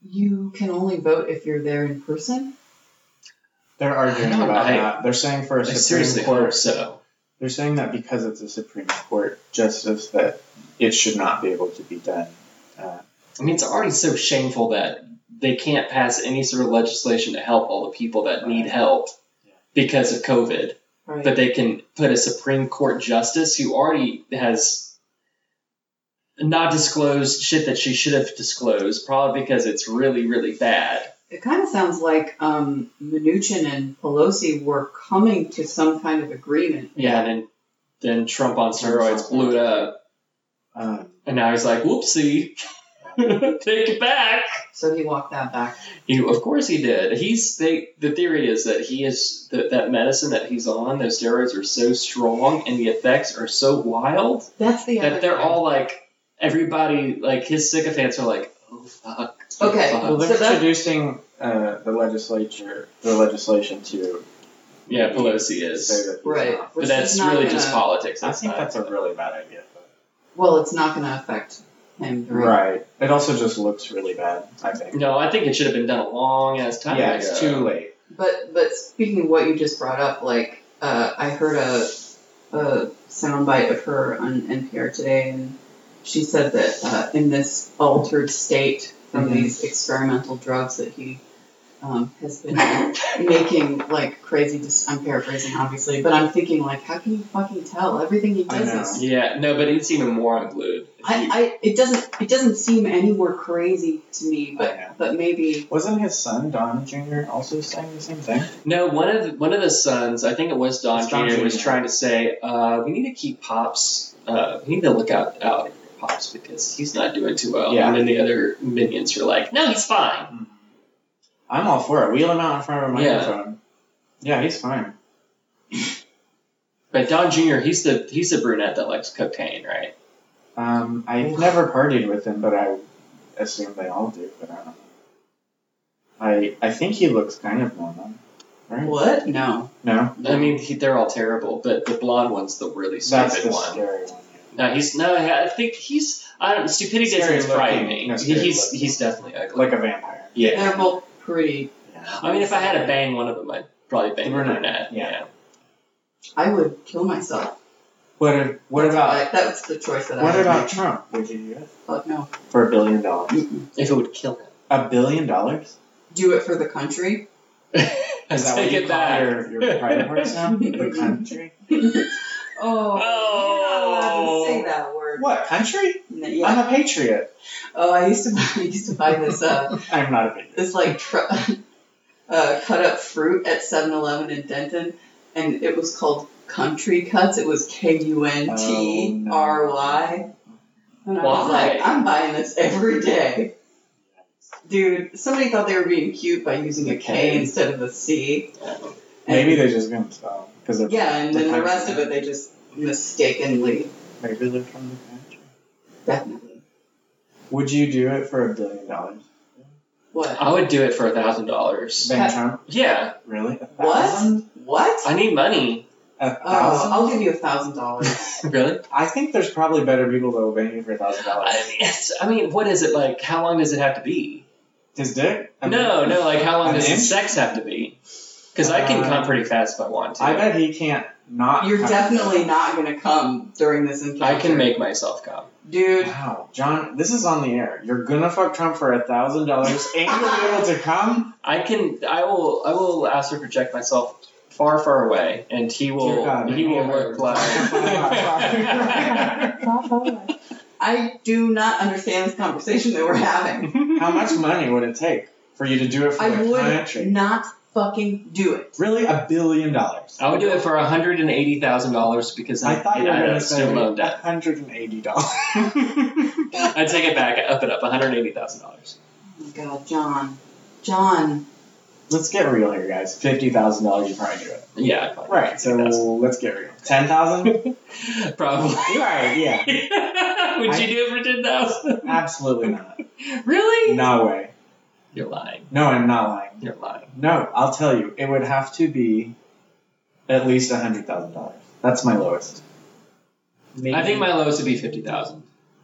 S3: you can only vote if you're there in person.
S2: They're arguing
S4: I don't
S2: about
S4: know.
S2: that. They're saying for
S4: I
S2: a Supreme
S4: seriously
S2: Court.
S4: hope so.
S2: They're saying that because it's a Supreme Court justice that it should not be able to be done. Uh,
S4: I mean, it's already so shameful that they can't pass any sort of legislation to help all the people that need help because of COVID.
S3: Right.
S4: But they can put a Supreme Court justice who already has not disclosed shit that she should have disclosed, probably because it's really, really bad.
S3: It kind of sounds like um, Mnuchin and Pelosi were coming to some kind of agreement.
S4: Yeah, and then, then Trump on steroids blew it up.
S2: um,
S4: And now he's like, whoopsie, take it back.
S3: So he walked that back.
S4: You, of course he did. He's they, the theory is that he is that that medicine that he's on, those steroids are so strong and the effects are so wild
S3: That's the other
S4: that they're
S3: thing.
S4: all like everybody like his sycophants are like, oh fuck. oh,
S3: Okay,
S4: fuck."
S2: well, they're
S3: So that-
S2: introducing uh, the legislature, the legislation to
S4: yeah, Pelosi
S2: say
S4: is.
S2: that he's
S3: right. which
S2: not.
S4: But
S3: is
S4: that's
S3: not
S4: really
S3: gonna-
S4: just politics.
S2: I
S4: That's
S2: think
S4: not-
S2: that's a really bad idea.
S3: Well, it's not going to affect him. Right.
S2: Right. It also just looks really bad. I think.
S4: no, I think it should have been done a long ass time
S2: yeah,
S4: ago.
S2: it's too late.
S3: But but speaking of what you just brought up, like uh, I heard a, a soundbite of her on NPR today, and she said that uh, in this altered state from
S2: Mhm.
S3: these experimental drugs that he um, has been making like crazy. Dis- I'm paraphrasing, obviously, but I'm thinking like, how can you fucking tell? Everything he
S2: I
S3: does
S2: know.
S3: is
S4: Yeah, no, but it's even more unglued.
S3: I, I it doesn't it doesn't seem any more crazy to me, but
S2: Yeah.
S3: but maybe
S2: Wasn't his son Don Jr. also saying the same thing?
S4: No, one of the, one of the sons, I think it was Don
S2: It's Don
S4: Jr. was
S2: Jr..
S4: trying to say, uh, we need to keep Pops. Uh, we need to look out out for Pops because he's not doing too well.
S2: Yeah.
S4: And then the other minions are like, no, he's fine.
S2: I'm all for it. Wheel him out in front of a
S4: Yeah.
S2: microphone. Yeah, he's fine.
S4: But Don Jr. He's the he's the brunette that likes cocaine, right?
S2: Um, I've never partied with him, but I assume they all do. But I don't know. I I think he looks kind of normal, right?
S3: what? No.
S2: No,
S4: I mean, he, they're all terrible, but the blonde one's the really stupid
S2: that's the
S4: one.
S2: scary one.
S4: No, he's no. I think he's. I don't. Stupidity
S2: Scary
S4: doesn't frighten
S2: looking.
S4: me.
S2: No,
S4: He-
S2: scary
S4: he's
S2: looking.
S4: he's definitely ugly.
S2: Like a vampire.
S4: yeah.
S3: They're both pretty.
S2: Yeah.
S4: I mean, if I had to bang one of them, I'd probably bang
S2: The
S4: the
S2: brunette,
S4: brunette.
S2: yeah.
S3: I would kill myself.
S2: What if, what
S3: That's
S2: about
S3: I, that was the choice that I
S2: what
S3: had.
S2: about Trump? Would you do it
S3: Fuck no.
S2: for a billion dollars?
S3: Mm-mm.
S4: If it would kill him.
S2: A billion dollars?
S3: Do it for the country.
S4: I
S2: Is that
S4: take
S2: what you
S4: it
S2: call
S4: back.
S2: Your, your private parts now? The country?
S3: Oh,
S5: Oh.
S3: you're not allowed to say that word.
S2: What country?
S3: N- Yeah.
S2: I'm a patriot.
S3: Oh, I used to buy, I used to buy this uh
S2: I'm not a patriot.
S3: this like tr- uh, cut up fruit at 7-Eleven in Denton, and it was called Country Cuts. It was K U N T R Y. And I was
S4: Why?
S3: like, I'm buying this every day. Dude, somebody thought they were being cute by using a K
S2: Okay.
S3: instead of a C. And-
S2: Maybe they're just gonna spell because
S3: Yeah, and then the rest of it they just mistakenly
S2: Maybe they're from the country.
S3: definitely.
S2: Would you do it for a billion dollars?
S3: What?
S4: I would do it for a thousand dollars.
S2: Ben
S3: Ha-
S2: Trump?
S4: Yeah,
S2: Really? A
S3: What?
S2: thousand?
S3: What?
S4: I need money.
S2: A
S3: Oh,
S2: thousand?
S3: I'll give you a thousand dollars.
S4: Really?
S2: I think there's probably better people to obey you for a thousand dollars.
S4: I mean, it's, I mean, what is it like? How long does it have to be?
S2: His dick? I mean,
S4: no, no. Like, how long
S2: an
S4: does
S2: inch?
S4: sex have to be? Because I can
S2: Uh,
S4: come pretty fast if I want to.
S2: I bet he can't not.
S3: You're
S2: come.
S3: definitely not gonna come during this encounter.
S4: I can make myself come.
S3: Dude,
S2: Wow, John, this is on the air. You're gonna fuck Trump for a thousand dollars, and you'll be able to come
S4: I can. I will. I will ask her to project myself far, far away, and he will.
S2: Dear God,
S4: he
S2: man,
S4: will
S2: you
S4: look
S2: are-
S4: like.
S3: I do not understand this conversation that we're having.
S2: How much money would it take for you to do it for
S3: I
S2: the
S3: would
S2: country?
S3: not fucking do it.
S2: Really, a billion dollars?
S4: I would do it for hundred and eighty thousand dollars because
S2: I thought you were
S4: I
S2: gonna
S4: am still loaned
S2: say
S4: up.
S2: hundred and eighty dollars.
S4: I take it back. Up it up. One hundred eighty thousand dollars.
S3: Oh my god, John. John.
S2: Let's get real here, guys. Fifty thousand dollars, you probably do it.
S4: Yeah. I'd probably
S2: Right. So
S4: $50,000.
S2: let's get real. Ten thousand?
S4: probably.
S2: Right. Yeah.
S4: Would you do it for ten thousand?
S2: Absolutely not.
S4: Really?
S2: No way.
S4: You're lying.
S2: No, I'm not lying.
S4: You're lying.
S2: No, I'll tell you. It would have to be at least a hundred thousand dollars. That's my lowest. Maybe.
S4: I think my lowest would be fifty thousand.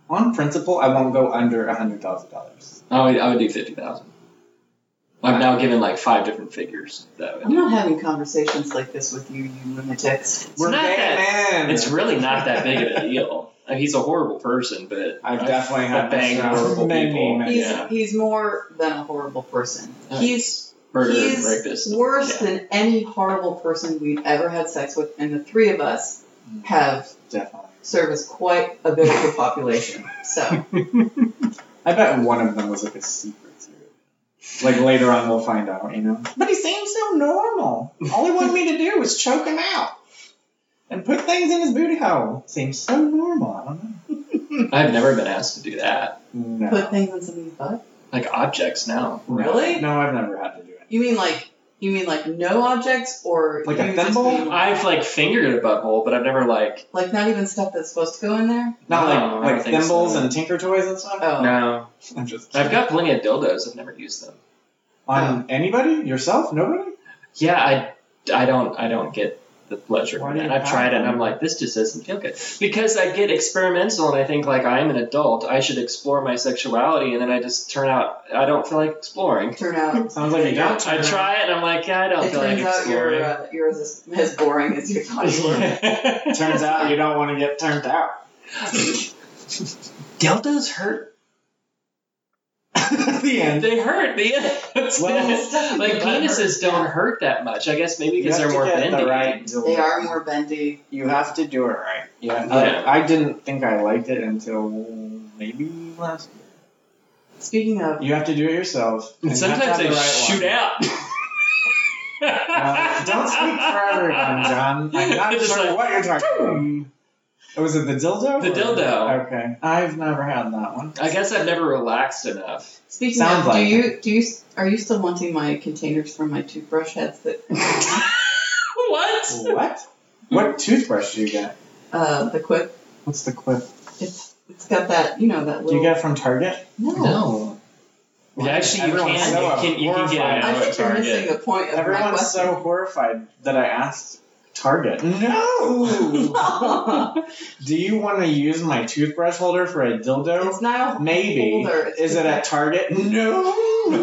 S2: on principle, I won't go under a hundred thousand dollars.
S4: I would. I would do fifty thousand. I've now given like five different figures though.
S3: I'm not having conversations like this with you, you lunatics.
S4: not that- It's really not that big of a deal. Uh, He's a horrible person, but
S2: I've definitely
S4: But
S2: had
S4: bang,
S2: this uh, happen
S4: horrible
S2: many,
S4: people.
S2: many
S3: He's
S4: Yeah.
S3: he's more than a horrible person.
S4: Yeah.
S3: He's
S4: murderer and
S3: He's
S4: rapist.
S3: worse than any horrible person we've ever had sex with, and the three of us have
S6: Definitely.
S3: serviced quite a bit of the population. So
S6: I bet one of them was like a secret serial. Like later on, we'll find out. You know.
S2: But he seemed so normal. All he wanted me to do was choke him out and put things in his booty hole. Seems so normal. I don't know.
S4: I've never been asked to do that.
S6: No.
S3: put things in somebody's butt.
S4: Like objects now.
S3: Really?
S6: No, I've never had to do it.
S3: You mean like you mean like no objects or
S6: Like a
S3: you just
S6: thimble?
S3: mean,
S4: I've like fingered a butthole, but I've never like
S3: like not even stuff that's supposed to go in there.
S2: Not
S4: No, I don't
S2: like, like
S4: think
S2: thimbles
S4: so.
S2: and tinker toys and stuff.
S3: Oh,
S4: no.
S6: I'm just
S4: I've got plenty of dildos. I've never used them.
S2: Um,
S6: on anybody yourself, nobody.
S4: Yeah, I, I don't I don't get the pleasure
S2: Why
S4: from
S2: do
S4: that.
S2: you
S4: I've tried it and
S2: have
S4: I'm like, this just doesn't feel good. Because I get experimental and I think like I'm an adult, I should explore my sexuality and then I just turn out I don't feel like exploring.
S3: turn out.
S2: Sounds like you
S4: I
S2: don't.
S4: try it and I'm like, yeah, I don't
S3: It
S4: feel like
S3: turns out you're
S4: exploring.
S3: uh, you're as, as boring as you thought you were. uh,
S2: Turns out you don't want to get turned out.
S4: dildos hurt.
S2: the end.
S4: They hurt. The
S2: Well,
S4: like penises don't hurt that much. I guess maybe
S2: You
S4: because
S2: have
S4: they're
S2: to
S4: more
S2: get
S4: bendy.
S2: the right.
S3: They are more bendy.
S6: You have to do it right. Yeah.
S4: Yeah.
S6: I, I didn't think I liked it until maybe last. year.
S3: Speaking of,
S2: You have to do it yourself. and you have to
S4: Sometimes
S2: have
S4: they
S2: the right
S4: shoot
S2: one.
S4: out.
S2: Uh, don't speak for everyone, John. I'm not
S4: Just
S2: sure
S4: like,
S2: what you're talking about. Was it the dildo?
S4: The
S2: or-
S4: dildo.
S2: Okay. I've never had that one.
S4: I guess I've never relaxed enough.
S3: speaking
S2: Sounds
S3: of,
S2: like
S3: do you do you are you still wanting my containers for my toothbrush heads that
S5: What?
S2: What?
S6: What toothbrush do you get?
S3: uh the quip?
S6: What's the quip?
S3: It's it's got that you know that
S2: Do
S3: little
S2: you get it from Target?
S3: no.
S4: No.
S2: Why?
S4: Actually, you
S2: Everyone's
S4: can,
S2: so
S4: you can. You can get
S2: horrified.
S4: it
S3: I
S4: out at
S3: think you're
S4: Target.
S3: missing the point of my
S2: Everyone's
S3: question.
S2: so horrified that I asked Target. No.
S3: it's
S2: Do you want to use my toothbrush holder for a dildo?
S3: not a
S2: Maybe.
S3: holder. It's
S2: Is
S3: just
S2: it at Target? No. Do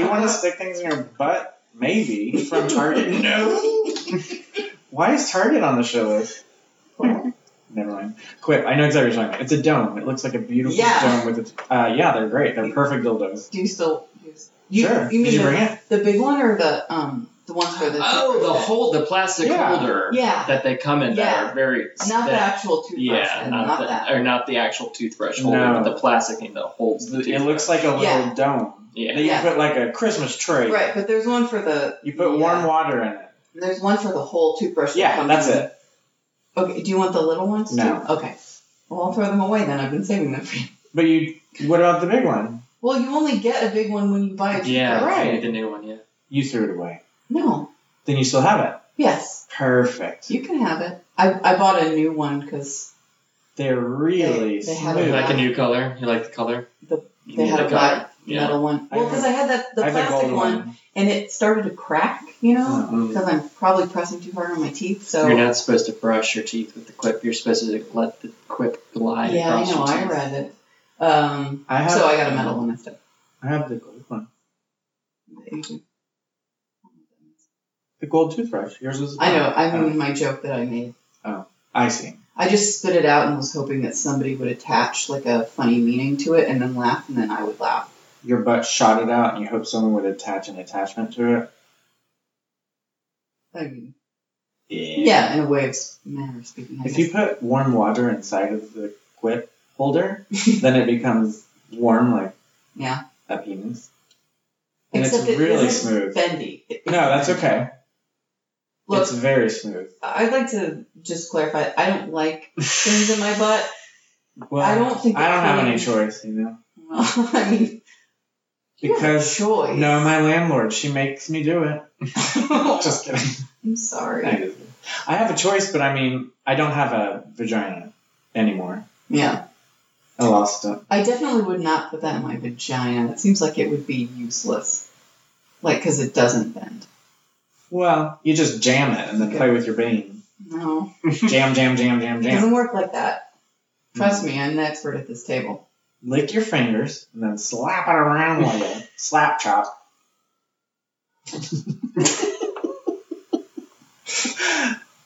S2: you want to stick things in your butt? Maybe. From Target? No. Why is Target on the show list? Never mind. Quip. I know exactly what you're talking about. It's a dome. It looks like a beautiful
S3: Yeah.
S2: dome with a. Uh, yeah, they're great. They're perfect dildos.
S3: Do you still use? You,
S2: sure.
S3: You mean
S2: Did you
S3: the,
S2: bring it?
S3: the big one or the um the ones for the
S4: Oh, the
S3: toothbrush head?
S4: whole the plastic
S2: Yeah.
S4: holder
S3: Yeah.
S4: that they come in that
S3: Yeah.
S4: are very
S3: Not the
S4: thick.
S3: actual toothbrush
S4: Yeah,
S3: head,
S4: not,
S3: not
S4: the,
S3: that.
S4: or not the actual toothbrush holder,
S2: No.
S4: but the plastic thing that holds the
S2: It
S4: toothbrush.
S2: looks like a little
S3: Yeah.
S2: dome.
S4: Yeah.
S2: That you
S3: Yeah.
S2: put like a Christmas tree.
S3: Right, but there's one for the
S2: You put
S3: Yeah.
S2: warm water in it.
S3: there's one for the whole toothbrush. that
S2: Yeah,
S3: comes
S2: that's
S3: in.
S2: it.
S3: Okay, do you want the little ones?
S2: No.
S3: Too? Okay. Well, I'll throw them away then. I've been saving them for you.
S2: But you. What about the big one?
S3: Well, you only get a big one when you buy a
S4: Yeah,
S3: toothbrush.
S2: Right.
S4: the new one. Yeah.
S2: You threw it away.
S3: No.
S2: Then you still have it.
S3: Yes,
S2: Perfect.
S3: you can have it. I, I bought a new one because
S2: They're really
S3: They- they had a
S4: You
S2: smooth.
S4: like a new color? You like the color?
S3: The-
S4: You
S3: they
S4: need
S3: had
S4: the
S3: a
S4: color.
S3: black
S4: Yeah.
S3: metal one.
S2: I
S3: Well, because I had that the
S2: I have a
S3: plastic
S2: gold
S3: one,
S2: one.
S3: and it started to crack. You know,
S2: Oh.
S3: because I'm probably pressing too hard on my teeth. So
S4: You're not supposed to brush your teeth with the quip. You're supposed to let the quip glide
S3: yeah, I
S4: across
S3: know.
S4: your
S3: I
S4: teeth.
S3: read it. Um,
S2: I have.
S3: so I got a metal one instead.
S2: I have the gold one. The gold toothbrush. Yours was.
S3: I know.
S2: Uh-huh.
S3: I mean, my joke that I made.
S2: Oh, I see.
S3: I just spit it out and was hoping that somebody would attach like a funny meaning to it and then laugh, and then I would laugh.
S2: Your butt shot it out, and you hope someone would attach an attachment to it.
S3: I mean, yeah, in a way of s- manner of speaking. I
S2: If
S3: guess.
S2: you put warm water inside of the quip holder, then it becomes warm like
S3: Yeah.
S2: a penis. And
S3: Except
S2: it's
S3: it
S2: really
S3: isn't
S2: smooth.
S3: bendy. It-
S2: No, that's okay.
S3: Look,
S2: It's very smooth.
S3: I'd like to just clarify. I don't like things in my butt.
S2: Well,
S3: I don't think
S2: I don't have any
S3: it's-
S2: choice, you know,
S3: Well, I mean, you have a
S2: because
S3: choice.
S2: No, my landlord. She makes me do it. Just kidding.
S3: I'm sorry.
S2: I just- I have a choice, but I mean, I don't have a vagina anymore.
S3: Yeah,
S2: I lost it.
S3: I definitely would not put that in my vagina. It seems like it would be useless, like because it doesn't bend.
S2: Well, you just jam it and then
S3: Okay.
S2: play with your bean.
S3: No,
S2: Jam, jam, jam, jam,
S3: it
S2: jam.
S3: doesn't work like that.
S2: Mm.
S3: Trust me, I'm an expert at this table.
S2: Lick your fingers and then slap it around like a slap chop.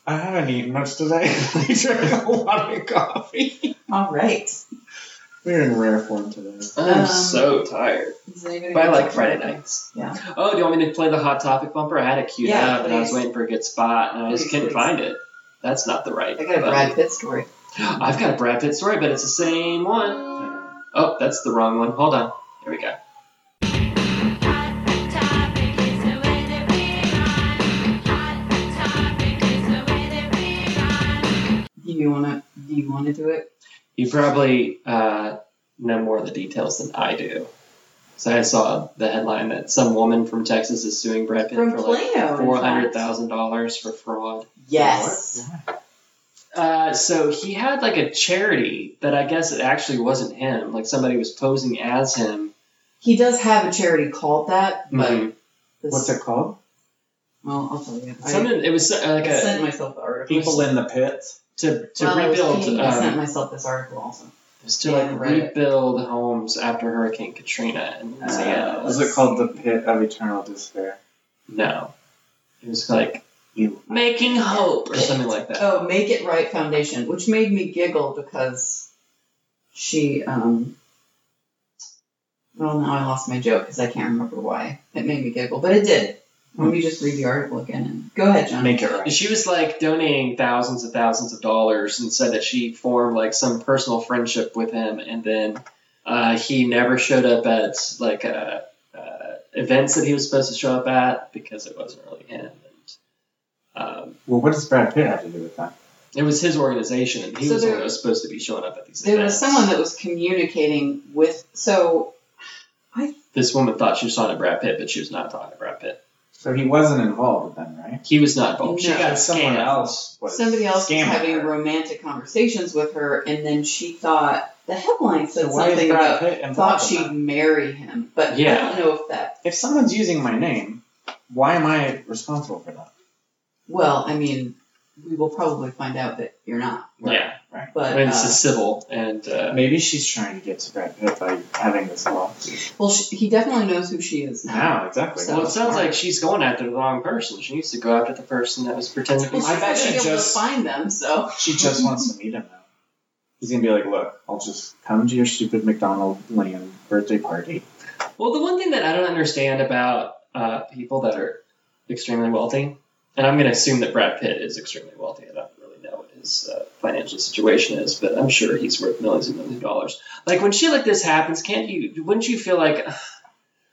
S2: I haven't eaten much today. I drank a lot of coffee.
S3: All right.
S2: We're in rare form today.
S4: I'm
S3: Um,
S4: so tired.
S3: Is anybody
S4: But I
S3: else
S4: like
S3: have
S4: Friday
S3: anything?
S4: nights.
S3: Yeah.
S4: Oh, do you want me to play the Hot Topic bumper? I had it queued
S3: Yeah,
S4: up and I was
S3: please.
S4: waiting for a good spot and I just
S3: Please,
S4: couldn't
S3: please.
S4: find it. That's not the right.
S3: I got a
S4: button.
S3: Brad Pitt story.
S4: I've got a Brad Pitt story, but it's the same one. Oh, that's the wrong one. Hold on. There we go.
S3: Do you wanna do you wanna do it?
S4: You probably uh, know more of the details than I do. So I saw the headline that some woman from Texas is suing Brad Pitt
S3: From
S4: for like
S3: Plano. in
S4: four hundred
S3: fact.
S4: thousand dollars for fraud.
S3: Yes.
S4: Uh, so he had like a charity, but I guess it actually wasn't him. Like somebody was posing as him.
S3: He does have a charity called that, but
S4: Mhm.
S3: this,
S2: What's it called?
S3: Well, I'll tell you. I,
S4: Something it was uh, like
S3: I sent
S4: a
S3: myself the article.
S2: People in the pit.
S4: to to
S3: While I was
S4: rebuild
S3: peeing, I sent
S4: um,
S3: myself this article also.
S4: was to like
S3: Yeah, right.
S4: rebuild homes after Hurricane Katrina in
S3: Uh,
S4: Louisiana.
S2: Is it called the pit of eternal despair?
S4: No, it was like
S2: You.
S4: making hope or something like that.
S3: Oh, Make It Right Foundation, which made me giggle because she, um, well, now I lost my joke because I can't remember why. It made me giggle, but it did. Let me just read the article again. And go ahead, John.
S2: Make it
S4: And
S2: right.
S4: she was like donating thousands and thousands of dollars and said that she formed like some personal friendship with him and then uh, he never showed up at like uh, uh, events that he was supposed to show up at because it wasn't really him. And, um,
S2: Well, what does Brad Pitt have to do with that?
S4: it was his organization and he
S3: So
S4: was the one
S3: there-
S4: that was supposed to be showing up at these
S3: There was
S4: events.
S3: someone that was communicating with, so
S4: This woman thought she was talking to Brad Pitt, but she was not talking to Brad Pitt.
S2: So he wasn't involved then, right?
S4: He was not involved.
S3: No.
S4: she got
S2: someone
S4: scammed.
S2: else. Was
S3: somebody else was
S2: scamming
S3: having
S2: her.
S3: romantic conversations with her, and then she thought, the headline said
S2: So why is
S3: something
S2: Brad
S3: about
S2: Pitt involved?
S3: thought
S2: in
S3: she'd
S2: that?
S3: marry him, but I
S4: Yeah.
S3: don't know if that,
S2: If someone's using my name, why am I responsible for that?
S3: well, I mean, we will probably find out that you're not.
S4: Yeah,
S3: But
S4: I mean, it's
S3: uh,
S4: a civil and uh,
S2: Maybe she's trying to get to Brad Pitt by having this lawsuit.
S3: Well, she, he definitely knows who she is now.
S2: Now, exactly.
S3: So-
S4: Well, it sounds like she's going after the wrong person. She needs to go after the person that was pretending to be.
S3: Well, she's
S2: I bet
S3: not gonna
S2: she
S3: be able to
S2: just-
S3: find them, so
S2: She just wants to meet him now. He's gonna be like, look, I'll just come to your stupid McDonald Land birthday party.
S4: Well, the one thing that I don't understand about uh, people that are extremely wealthy, and I'm going to assume that Brad Pitt is extremely wealthy. I don't really know what his uh, financial situation is, but I'm sure he's worth millions and millions of dollars. Like when shit like this happens, can't you? Wouldn't you feel like "Ugh,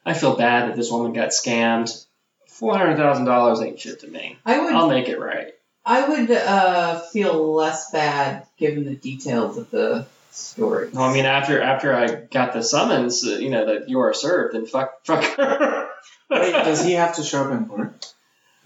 S4: I feel bad that this woman got scammed? Four hundred thousand dollars ain't shit to me.
S3: I would
S4: I'll make it right.
S3: I would uh, feel less bad given the details of the story.
S4: Well, I mean, after after I got the summons, uh, you know that you are served, then fuck fuck her.
S2: Wait, does he have to show up in court?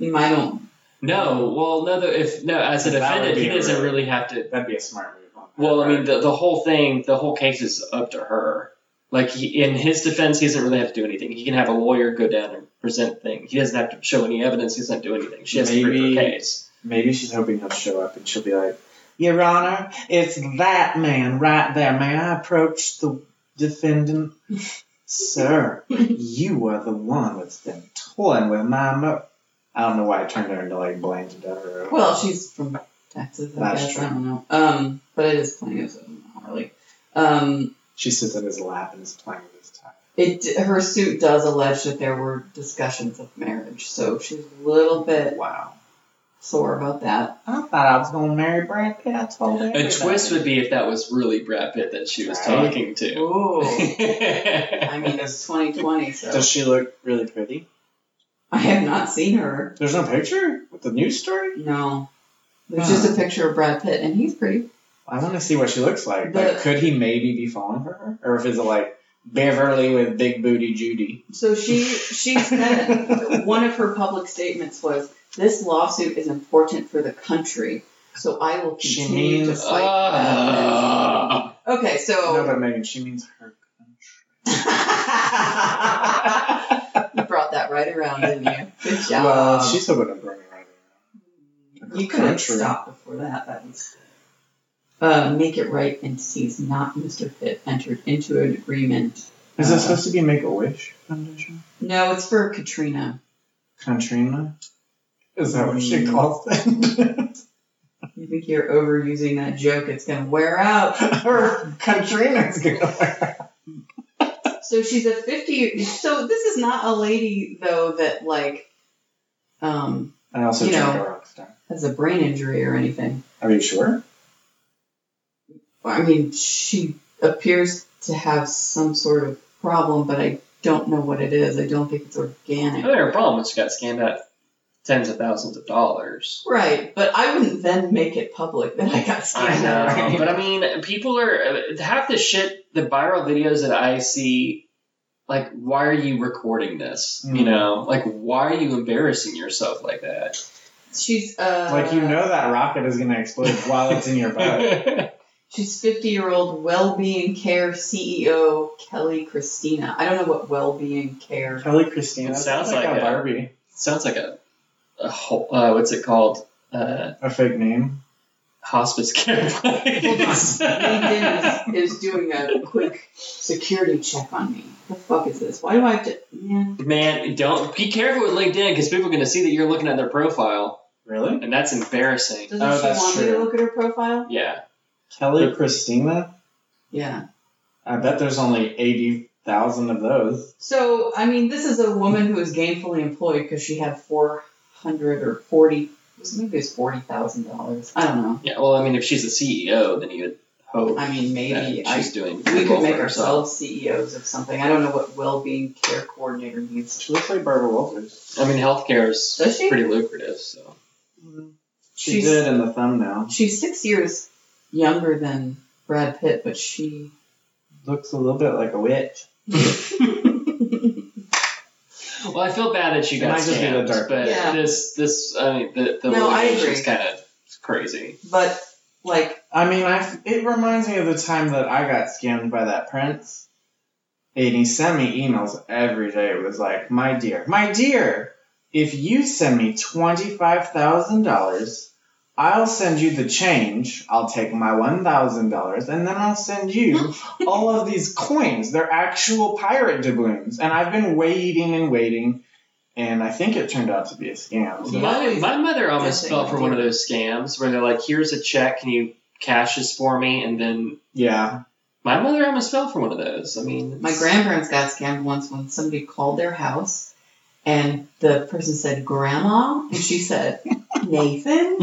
S3: I don't.
S4: no, well, no. The, if no, as a
S2: That would
S4: defendant,
S2: be
S4: he
S2: a
S4: doesn't
S2: really-
S4: really have to.
S2: That'd be a smart move. On her
S4: Well, I mean,
S2: part.
S4: the, the whole thing, the whole case is up to her. Like he, in his defense, he doesn't really have to do anything. He can have a lawyer go down and present things. He doesn't have to show any evidence. He doesn't do anything. She has to prove
S2: Maybe-
S4: her case.
S2: maybe she's hoping he'll show up and she'll be like, Your Honor, it's that man right there. May I approach the defendant? Sir, you are the one that's been toying with my mo. I don't know why I turned her into like Blaine to Devereaux.
S3: Well, she's from Texas, I
S2: That's
S3: guess.
S2: true.
S3: I don't know. Um, but it is Plano, so not really. Um,
S2: she sits in his lap and is playing with his tie.
S3: it her suit does allege that there were discussions of marriage, so she's a little bit
S2: Wow.
S3: sore about that.
S2: I thought I was going to marry Brad Pitt. I told her.
S4: A twist would be if that was really Brad Pitt that she was
S2: Right.
S4: talking to.
S3: Oh, I mean, it's 2020, so
S2: Does she look really pretty?
S3: I have not seen her.
S2: There's no picture with the news story?
S3: No. There's just a picture of Brad Pitt, and he's pretty.
S2: I want to see what she looks like.
S3: The-
S2: Like, could he maybe be falling for her? Or if it's like Beverly with Big Booty Judy?
S3: So she she said one of her public statements was, "This lawsuit is important for the country, so I will
S2: She
S3: continue to
S2: means-
S3: fight."
S4: Ah.
S3: okay,
S2: No,
S3: so
S2: but Megan, she means her country.
S3: you brought that right around, didn't you? Good job.
S2: Well, she's hoping to bring her right around.
S3: you
S2: Her
S3: could have
S2: country.
S3: stopped before that. That was. Uh, make it right entities, not Mr. Pitt, entered into an agreement.
S2: Is this supposed to be Make a Wish Foundation?
S3: No, it's for Katrina.
S2: Hmm. Katrina? Is that what she calls it?
S3: You think you're overusing that joke? It's gonna wear out.
S2: Her Katrina's gonna
S3: So she's a 50. So this is not a lady though that like um
S2: I also
S3: You
S2: drink
S3: know.
S2: a rock star.
S3: has a brain injury or anything.
S2: Are you sure?
S3: I mean, she appears to have some sort of problem, but I don't know what it is. I don't think it's
S4: I
S3: organic.
S4: think her problem is she got scammed out of tens of thousands of dollars.
S3: Right, but I wouldn't then make it public that I got
S4: I
S3: scammed.
S4: know, but I mean, people are uh, half the shit. The viral videos that I see, like, why are you recording this? You
S2: Mhm.
S4: know, like, why are you embarrassing yourself like that?
S3: She's uh,
S2: like you know that rocket is gonna explode while it's in your butt.
S3: She's 50 year old well-being care CEO Kelly Christina. I don't know what well-being care.
S2: Kelly Christina.
S4: It sounds
S2: that's
S4: like
S2: a
S4: it.
S2: Barbie.
S4: Sounds like a, a ho- uh, what's it called? Uh,
S2: A fake name.
S4: hospice care place.
S3: LinkedIn is, is doing a quick security check on me. The fuck is this? Why do I have to? Yeah.
S4: Man, don't be careful with LinkedIn because people are going to see that you're looking at their profile,
S2: Really?
S4: and that's embarrassing.
S3: Doesn't
S2: Oh,
S3: she
S2: that's
S3: want me to
S2: true.
S3: look at her profile?
S4: Yeah,
S2: Kelly Christina?
S3: Yeah.
S2: I bet there's only eighty thousand of those.
S3: So I mean, this is a woman who is gainfully employed because she had 400 or 40. Maybe it's forty thousand dollars. I don't know.
S4: yeah. Well, I mean, if she's a CEO, then you would hope
S3: I mean, maybe
S4: that
S3: I
S4: she's doing.
S3: We
S4: well
S3: could
S4: for
S3: make
S4: herself.
S3: ourselves CEOs of something. I don't know what well-being care coordinator means.
S2: She looks like Barbara Walters.
S4: I mean, healthcare is
S3: Does she?
S4: pretty lucrative. So
S2: Mm-hmm. She
S3: She's-
S2: did in the thumbnail.
S3: She's six years younger than Brad Pitt, but she.
S2: Looks a little bit like a witch.
S4: well, I feel bad that she
S2: It
S4: got
S2: might just be the
S4: scammed,
S2: dark-
S4: but
S3: Yeah.
S4: this this I mean, the the
S3: No, I
S4: litigation is
S3: agree.
S4: kind of crazy.
S3: but like,
S2: I mean, I, it reminds me of the time that I got scammed by that prince. And he sent me emails every day. It was like, my dear, my dear, if you send me $25,000, I'll send you the change. I'll take my $1,000 and then I'll send you all of these coins. They're actual pirate doubloons. And I've been waiting and waiting. And I think it turned out to be a scam. So-
S4: My,
S3: always-
S4: my mother almost
S3: Nothing
S4: fell
S3: I
S4: for
S3: do.
S4: one of those scams where they're like, "Here's a check, can you cash this for me?" And then
S2: yeah.
S4: my mother almost fell for one of those. I mean,
S3: my
S4: it's-
S3: grandparents got scammed once when somebody called their house, and the person said "Grandma," and she said "Nathan,"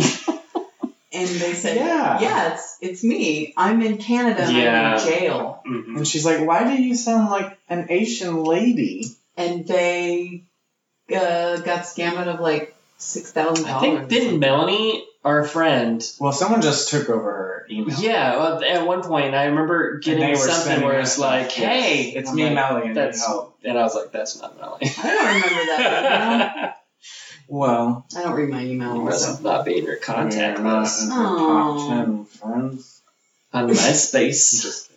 S3: and they said,
S2: Yeah.
S3: "Yeah, it's it's me. I'm in Canada. and I'm
S4: Yeah.
S3: in jail."
S4: Mhm.
S2: And she's like, why do you sound like an Asian lady?
S3: And they uh, got scammed out of like six thousand
S4: I
S3: dollars.
S4: think didn't Melanie, our friend,
S2: Well, someone just took over her email.
S4: yeah, well, at one point I remember
S2: And they
S4: getting
S2: were
S4: something
S2: sending
S4: where
S2: her
S4: it's
S2: stuff.
S4: like,
S2: Yes.
S4: "Hey,
S2: it's
S4: I'm
S2: me,
S4: like,
S2: Melanie. and
S4: that's-
S2: help.
S4: and I was like, "That's not Melanie."
S3: I don't remember that.
S2: Well,
S3: I don't read my email.
S4: you
S3: Also.
S4: must not be in your contact
S2: we are not
S4: list
S2: in her
S3: Aw.
S2: top ten friends.
S4: on MySpace.
S2: Just-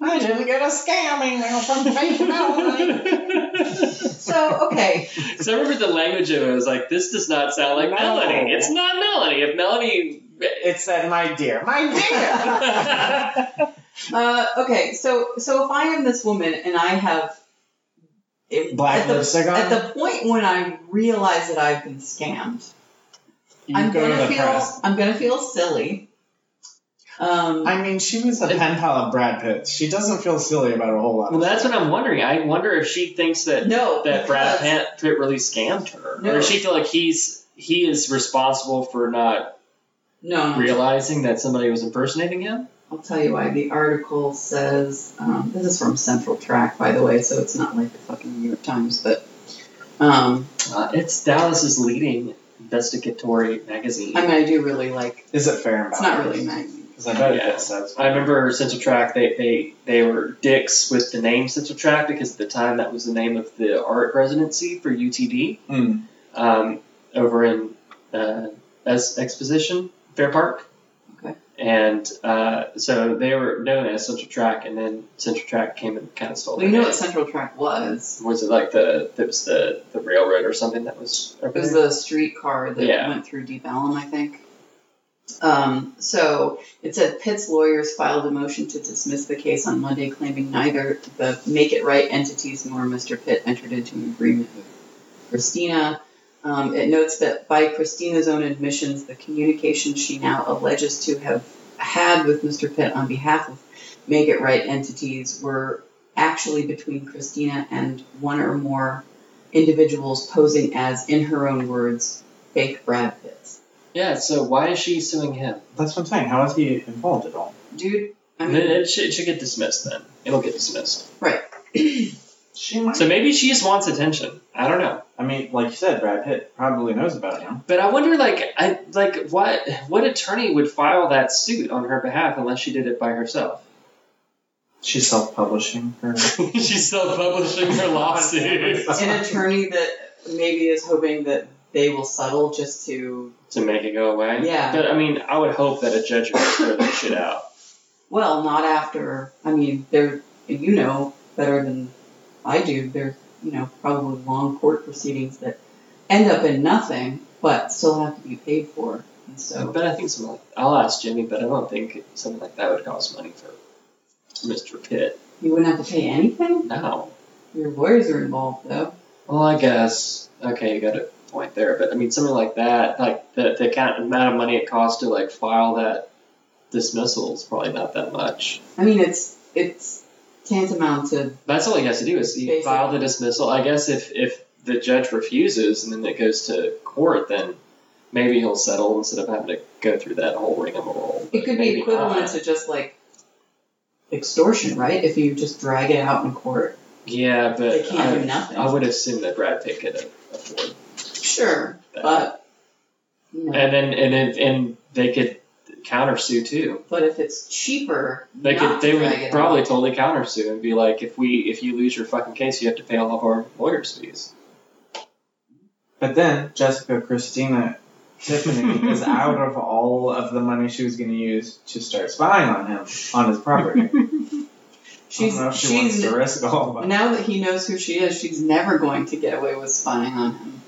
S2: I didn't get a scam email from Faith Melanie.
S3: So okay,
S4: Because I remember the language of it was like, this does not sound like
S2: No.
S4: Melanie. It's not Melanie. If Melanie.
S2: It said, "My dear, my dear."
S3: uh, okay. So so if I am this woman and I have it-
S2: Black
S3: at the,
S2: lipstick on?
S3: at the point when I realize that I've been scammed,
S2: you
S3: I'm
S2: go to
S3: gonna
S2: the
S3: feel
S2: press.
S3: I'm gonna feel silly. Um,
S2: I mean, she was a pen pal of Brad Pitt. She doesn't feel silly about a whole lot.
S4: well, that's what I'm wondering. I wonder if she thinks that
S3: no,
S4: that Brad
S3: because-
S4: Pitt Pitt really scammed her,
S3: No.
S4: or does she feel like he's he is responsible for not
S3: No, no,
S4: realizing that somebody was impersonating him.
S3: I'll tell you why. The article says um, this is from Central Track, by the way, so it's not like the fucking New York Times, but um,
S4: Uh, it's Dallas's leading investigatory magazine.
S3: I mean, I do really like.
S2: Is it fair and
S3: It's not really a
S2: balanced?
S3: magazine.
S2: Because I bet
S4: Yeah.
S2: it says.
S4: I remember Central Track. They, they they were dicks with the name Central Track because at the time that was the name of the art residency for UTD.
S2: Mm.
S4: um, over in uh, as Exposition Fair Park.
S3: Okay.
S4: And uh, so they were known as Central Track, and then Central Track came and kind of stole
S3: We
S4: their
S3: knew
S4: name.
S3: what Central Track was.
S4: Was it like the that was the, the railroad or something that was?
S3: It was the streetcar that
S4: Yeah.
S3: went through Deep Ellum, I think. Um, so it said Pitt's lawyers filed a motion to dismiss the case on Monday, claiming neither the Make It Right entities nor Mr. Pitt entered into an agreement with Christina. Um, it notes that by Christina's own admissions, the communication she now alleges to have had with Mr. Pitt on behalf of Make It Right entities were actually between Christina and one or more individuals posing as, in her own words, fake Brad Pitts.
S4: Yeah, so why is she suing him?
S7: That's what I'm saying. How is he involved at all?
S3: Dude, I
S4: Then
S3: mean,
S4: it, should, it should get dismissed then. It'll get dismissed.
S7: She might.
S4: So maybe she just wants attention. I don't know.
S7: I mean, like you said, Brad Pitt probably knows about him.
S4: But I wonder, like, I like what what attorney would file that suit on her behalf unless she did it by herself?
S7: She's self-publishing her.
S4: She's still publishing her lawsuit
S3: an attorney that maybe is hoping that they will settle just to
S4: to make it go away.
S3: Yeah.
S4: But I mean, I would hope that a judge would throw that shit out.
S3: Well, not after. I mean, there. You know better than I do. There's, you know, probably long court proceedings that end up in nothing, but still have to be paid for. And so,
S4: But I think something like I'll ask Jimmy, but I don't think something like that would cost money for Mr. Pitt.
S3: you wouldn't have to pay anything.
S4: No.
S3: Your lawyers are involved, though.
S4: Well, I guess okay, you got a point there, but I mean something like that, like the the kind amount of money it costs to like file that dismissal is probably not that much.
S3: I mean, it's it's tantamount to
S4: That's all he has to do is he
S3: Basically.
S4: file the dismissal. I guess if if the judge refuses and then it goes to court, then maybe he'll settle instead of having to go through that whole ring of a roll.
S3: it could be
S4: Maybe
S3: equivalent
S4: not.
S3: to just like uh, extortion, right? If you just drag it out in court,
S4: Yeah,
S3: they
S4: but
S3: can't do
S4: I,
S3: nothing.
S4: I would assume that Brad Pitt could afford
S3: sure,
S4: that.
S3: but you know,
S4: and then and then and they could countersue too.
S3: but if it's cheaper,
S4: They
S3: not
S4: could. They
S3: to drag it
S4: would
S3: out-
S4: probably totally countersue and be like, if we, if you lose your fucking case, you have to pay all of our lawyers' fees.
S7: But then Jessica Christina Tiffany is out of all of the money she was going to use to start spying on him on his property. I
S3: She's
S7: don't know if she wants
S3: she's
S7: to risk all of it.
S3: now that he knows who she is, she's never going to get away with spying on him.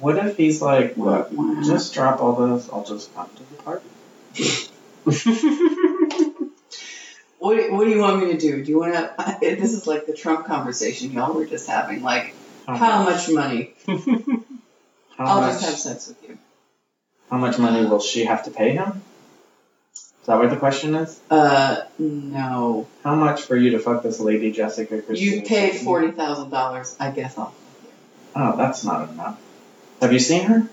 S7: What if he's like, look,
S3: Wow.
S7: just drop all those. I'll just come to the party.
S3: What do- What do you want me to do? Do you want to? This is like the Trump conversation y'all were just having. Like, how much money?
S7: How
S3: I'll
S7: much?
S3: just have sex with you.
S7: How much money will she have to pay him? Is that what the question is?
S3: Uh, no.
S7: How much for you to fuck this lady, Jessica Christina?
S3: You paid
S7: Tiffany?
S2: mm-hmm.
S3: forty thousand dollars. I guess I'll.
S7: Oh, that's not enough. Have you seen her?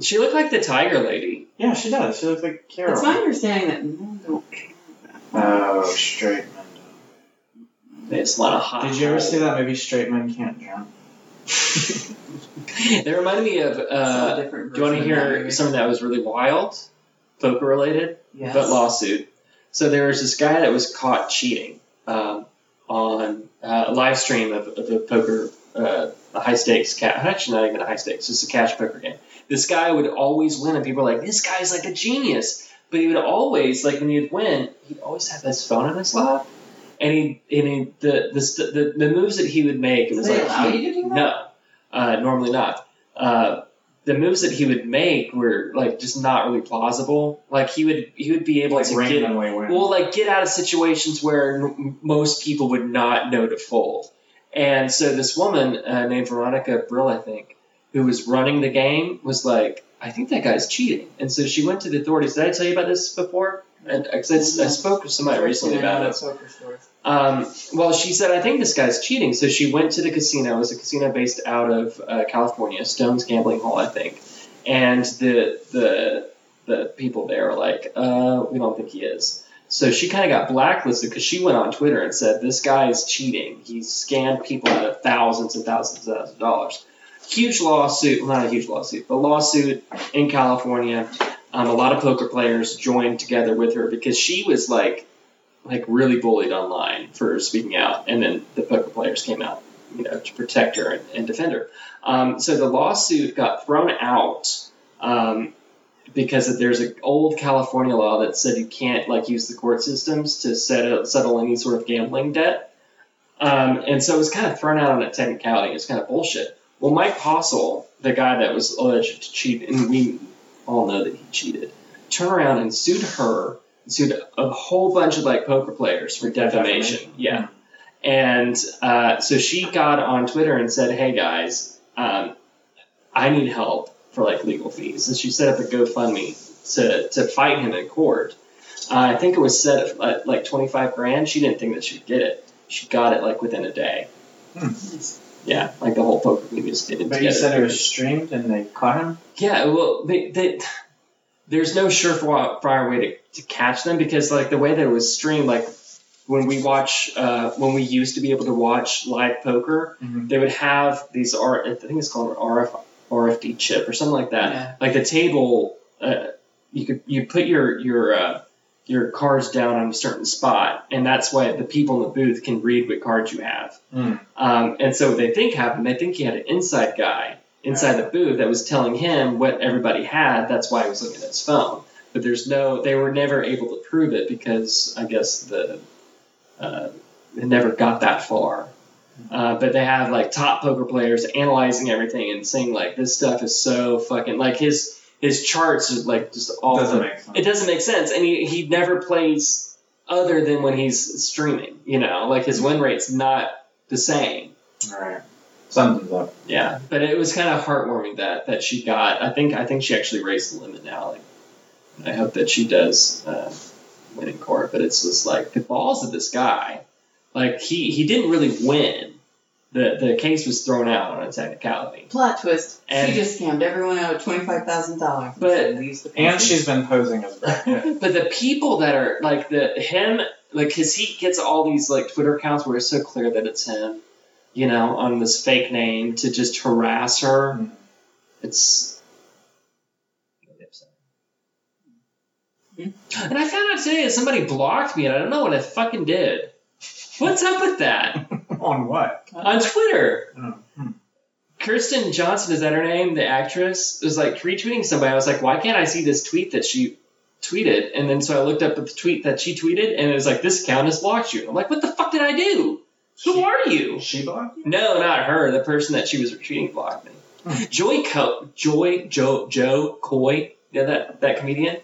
S4: She looked like the tiger lady.
S7: Yeah, she does. She looks like Carol.
S3: It's my understanding that men don't. pay that.
S7: Oh, straight men.
S4: They just want a hot.
S7: Did you ever see
S4: hole.
S7: that movie Straight Men Can't Jump?
S4: They reminded me of.
S3: It's
S4: Uh,
S3: a different
S4: do you
S3: version of
S4: want to
S3: that
S4: hear
S3: movie.
S4: something that was really wild, poker related,
S3: Yes.
S4: but lawsuit? So there was this guy that was caught cheating um, on uh, a live stream of, of a poker, uh, a high stakes cash. Actually, not even a high stakes, just a cash poker game. This guy would always win, and people were like, "This guy's like a genius." but he would always like when he'd win, he'd always have his phone in his lap, and he and he, the, the st- the the moves that he would make. It
S3: Do
S4: was
S3: they
S4: like
S3: allow
S4: he-
S3: you to do that?
S4: no, uh, normally not. Uh, the moves that he would make were like just not really plausible. Like he would he would be able
S7: Like
S4: to get
S7: randomly win.
S4: well, like get out of situations where m- most people would not know to fold. And so this woman uh, named Veronica Brill, I think, who was running the game, was like, I think that guy's cheating. And so she went to the authorities. Did I tell you about this before? And 'cause I, I spoke to somebody recently about it.
S3: Poker stores.
S4: Um, well, she said, I think this guy's cheating. So she went to the casino. It was a casino based out of uh, California, Stone's Gambling Hall, I think. And the the the people there were like, uh, we don't think he is. So she kind of got blacklisted because she went on Twitter and said, this guy is cheating. He scammed people out of thousands and thousands and thousands of dollars. Huge lawsuit, well, not a huge lawsuit, but lawsuit in California. Um, a lot of poker players joined together with her because she was like like really bullied online for speaking out, and then the poker players came out, you know, to protect her and, and defend her. Um, so the lawsuit got thrown out um, because there's an old California law that said you can't like use the court systems to settle settle any sort of gambling debt, um, and so it was kind of thrown out on a technicality. It's kind of bullshit. Well, Mike Possel, the guy that was alleged to cheat, and we all know that he cheated, turned around and sued her sued a whole bunch of like poker players for defamation.
S7: defamation.
S4: Yeah. And uh, so she got on Twitter and said, "Hey guys, um, I need help for like legal fees. And she set up a GoFundMe to, to fight him in court. Uh, I think it was set at uh, like 25 grand. She didn't think that she'd get it. She got it like within a day. Yeah, like the whole poker community is getting
S7: But
S4: together.
S7: you said it was streamed and they caught him?
S4: Yeah, well, they, they, there's no surefire way to, to catch them because, like, the way that it was streamed, like, when we watch, uh, when we used to be able to watch live poker,
S7: Mhm.
S4: they would have these, R, I think it's called an RF, RFD chip or something like that.
S3: Yeah.
S4: Like the table, uh, you could you put your your uh, your cards down on a certain spot, and that's why the people in the booth can read what cards you have.
S7: Mm.
S4: Um, and so what they think happened, they think he had an inside guy inside the booth that was telling him what everybody had. That's why he was looking at his phone. But there's no, they were never able to prove it because I guess the uh, it never got that far.
S7: Mm-hmm.
S4: Uh, but they have like top poker players analyzing everything and saying like this stuff is so fucking like his his charts are like just all
S7: Doesn't
S4: the-
S7: make sense.
S4: it doesn't make sense and he, he never plays other than when he's streaming you know like his win rate's not the same
S7: Alright. Something's up.
S4: yeah but it was kind of heartwarming that that she got i think i think she actually raised the limit now like i hope that she does uh, win in court but it's just like the balls of this guy like he he didn't really win the the case was thrown out on a technicality
S3: Plot twist.
S4: And-
S3: she just scammed everyone out of twenty five thousand dollars.
S4: But-
S3: leaves the
S7: And
S3: country.
S7: she's been posing as Brad Pitt.
S4: But the people that are like the him, like, cause he gets all these like Twitter accounts where it's so clear that it's him, you know, on this fake name to just harass her.
S7: Mm.
S4: It's. Hmm? And I found out today that somebody blocked me, and I don't know what I fucking did. What's up with that
S7: On what?
S4: on Twitter?
S7: Oh, hmm.
S4: Kirsten Johnson, is that her name? The actress was like retweeting somebody. I was like, why can't I see this tweet that she tweeted? And then so I looked up at the tweet that she tweeted, and it was like, this account has blocked you. I'm like, what the fuck did I do? Who are you?
S7: She blocked you?
S4: No, not her. The person that she was retweeting blocked me.
S3: Hmm.
S4: Joy Co- Joy Joe Joe Coy, yeah, that that comedian.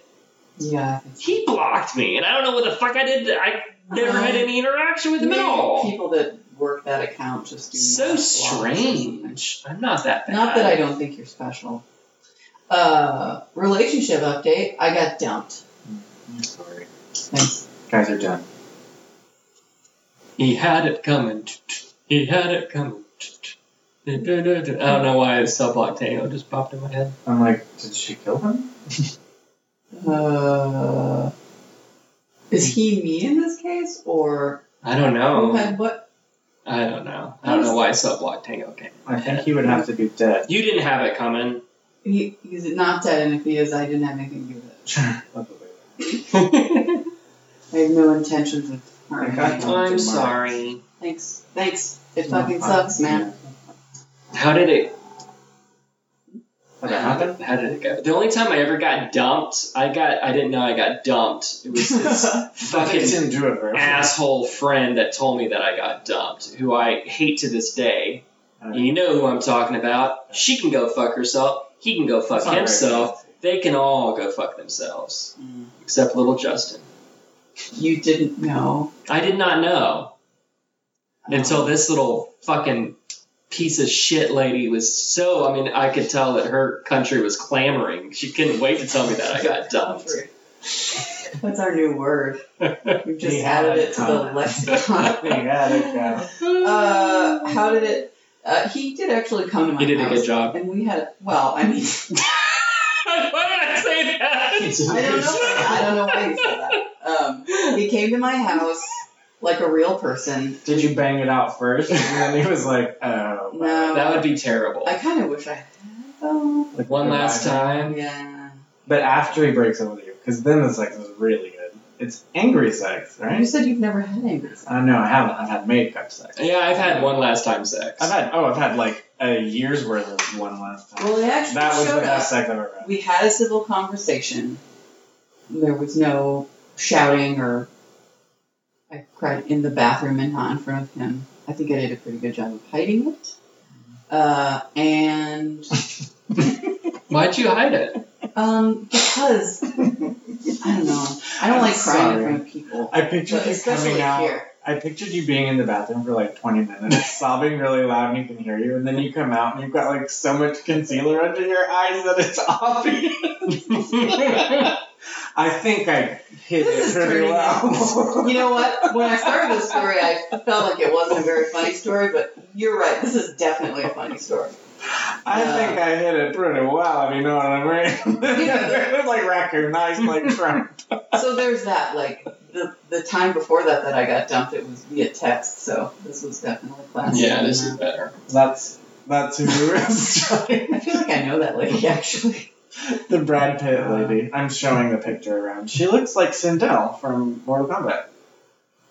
S3: yeah.
S4: He blocked me, and I don't know what the fuck I did. I never had any interaction with him at
S3: Maybe
S4: all.
S3: People that work that account just do not
S4: So
S3: block something.
S4: strange. I'm not that bad.
S3: Not that I don't think you're special. Uh, relationship update. I got dumped.
S7: I'm sorry.
S3: Thanks.
S7: Guys are done.
S4: He had it coming. He had it coming. I don't know why it's sub octane just popped in my head.
S7: I'm like, did she kill him?
S3: Uh, is he me in this case, or
S4: I don't
S3: who
S4: know.
S3: had what?
S4: I don't know. I don't know why sub octane came.
S7: I think he would have to be dead.
S4: You didn't have it coming.
S3: He, he's not dead, and if he is, I didn't have anything to do with it. I have no intentions of harming
S7: Okay.
S3: anyone.
S4: I'm sorry.
S3: Thanks. Thanks. It fucking sucks, man.
S4: How did it?
S7: What happened?
S4: How did it go? The only time I ever got dumped, I got. I didn't know I got dumped. It was this
S7: He
S4: fucking
S7: didn't do it very well.
S4: asshole friend that told me that I got dumped, who I hate to this day. And you know who I'm talking about. She can go fuck herself. He can go fuck
S7: It's not very
S4: himself. They can all go fuck themselves, except little Justin.
S3: You didn't know.
S4: I did not know until this little fucking piece of shit lady was so. I mean, I could tell that her country was clamoring. She couldn't wait to tell me that I got dumped.
S3: That's our new word. We've just added it to the lexicon.
S7: good. Yeah, there you go.
S3: uh, how did it? Uh, he did actually come to my
S4: You did a
S3: house,
S4: good job.
S3: and we had. Well, I mean,
S4: Why did I say that?
S3: I don't know. I don't know why he said that. Um, he came to my house like a real person.
S7: Did you bang it out first? And then he was like, oh.
S3: No,
S4: That would be terrible.
S3: I kind of wish I had though.
S7: Like,
S4: One last
S7: goodbye.
S4: time.
S3: Yeah.
S7: But after he breaks up with you, because then the sex is really good. It's angry sex,
S3: You
S7: right?
S3: said you've never had angry sex.
S7: I know I haven't. I've had makeup sex.
S4: Yeah, I've had one last time sex.
S7: I've had oh, I've had like a year's worth of one last time.
S3: Well, it actually
S7: that was the
S3: showed up.
S7: best sex I've ever had.
S3: We had a civil conversation. There was no shouting or I cried in the bathroom and not in front of him. I think I did a pretty good job of hiding it. Uh, and
S4: Why'd you hide it?
S3: um, because I don't know, I don't like crying
S7: Sorry.
S3: in front of people.
S7: I picture
S3: But
S7: you
S3: especially
S7: coming out
S3: here.
S2: I pictured you being in the bathroom for like 20 minutes, sobbing really loud, and you can hear you, and then you come out and you've got like so much concealer under your eyes that it's obvious. I think I hit
S3: This is
S2: it pretty
S3: turning
S2: well.
S3: You know what? When I started this story, I felt like it wasn't a very funny story, but you're right. This is definitely a funny story.
S2: I think I hit it pretty well, if you know what I mean.
S3: Yeah.
S2: like raccoon eyes, like Trump.
S3: So there's that. Like the the time before that that I got dumped, it was via text. So this was definitely classic.
S4: Yeah, this is better.
S2: That's that's who is
S3: I feel like I know that lady actually.
S2: the Brad Pitt lady. I'm showing the picture around. She looks like Sindel from Mortal Kombat.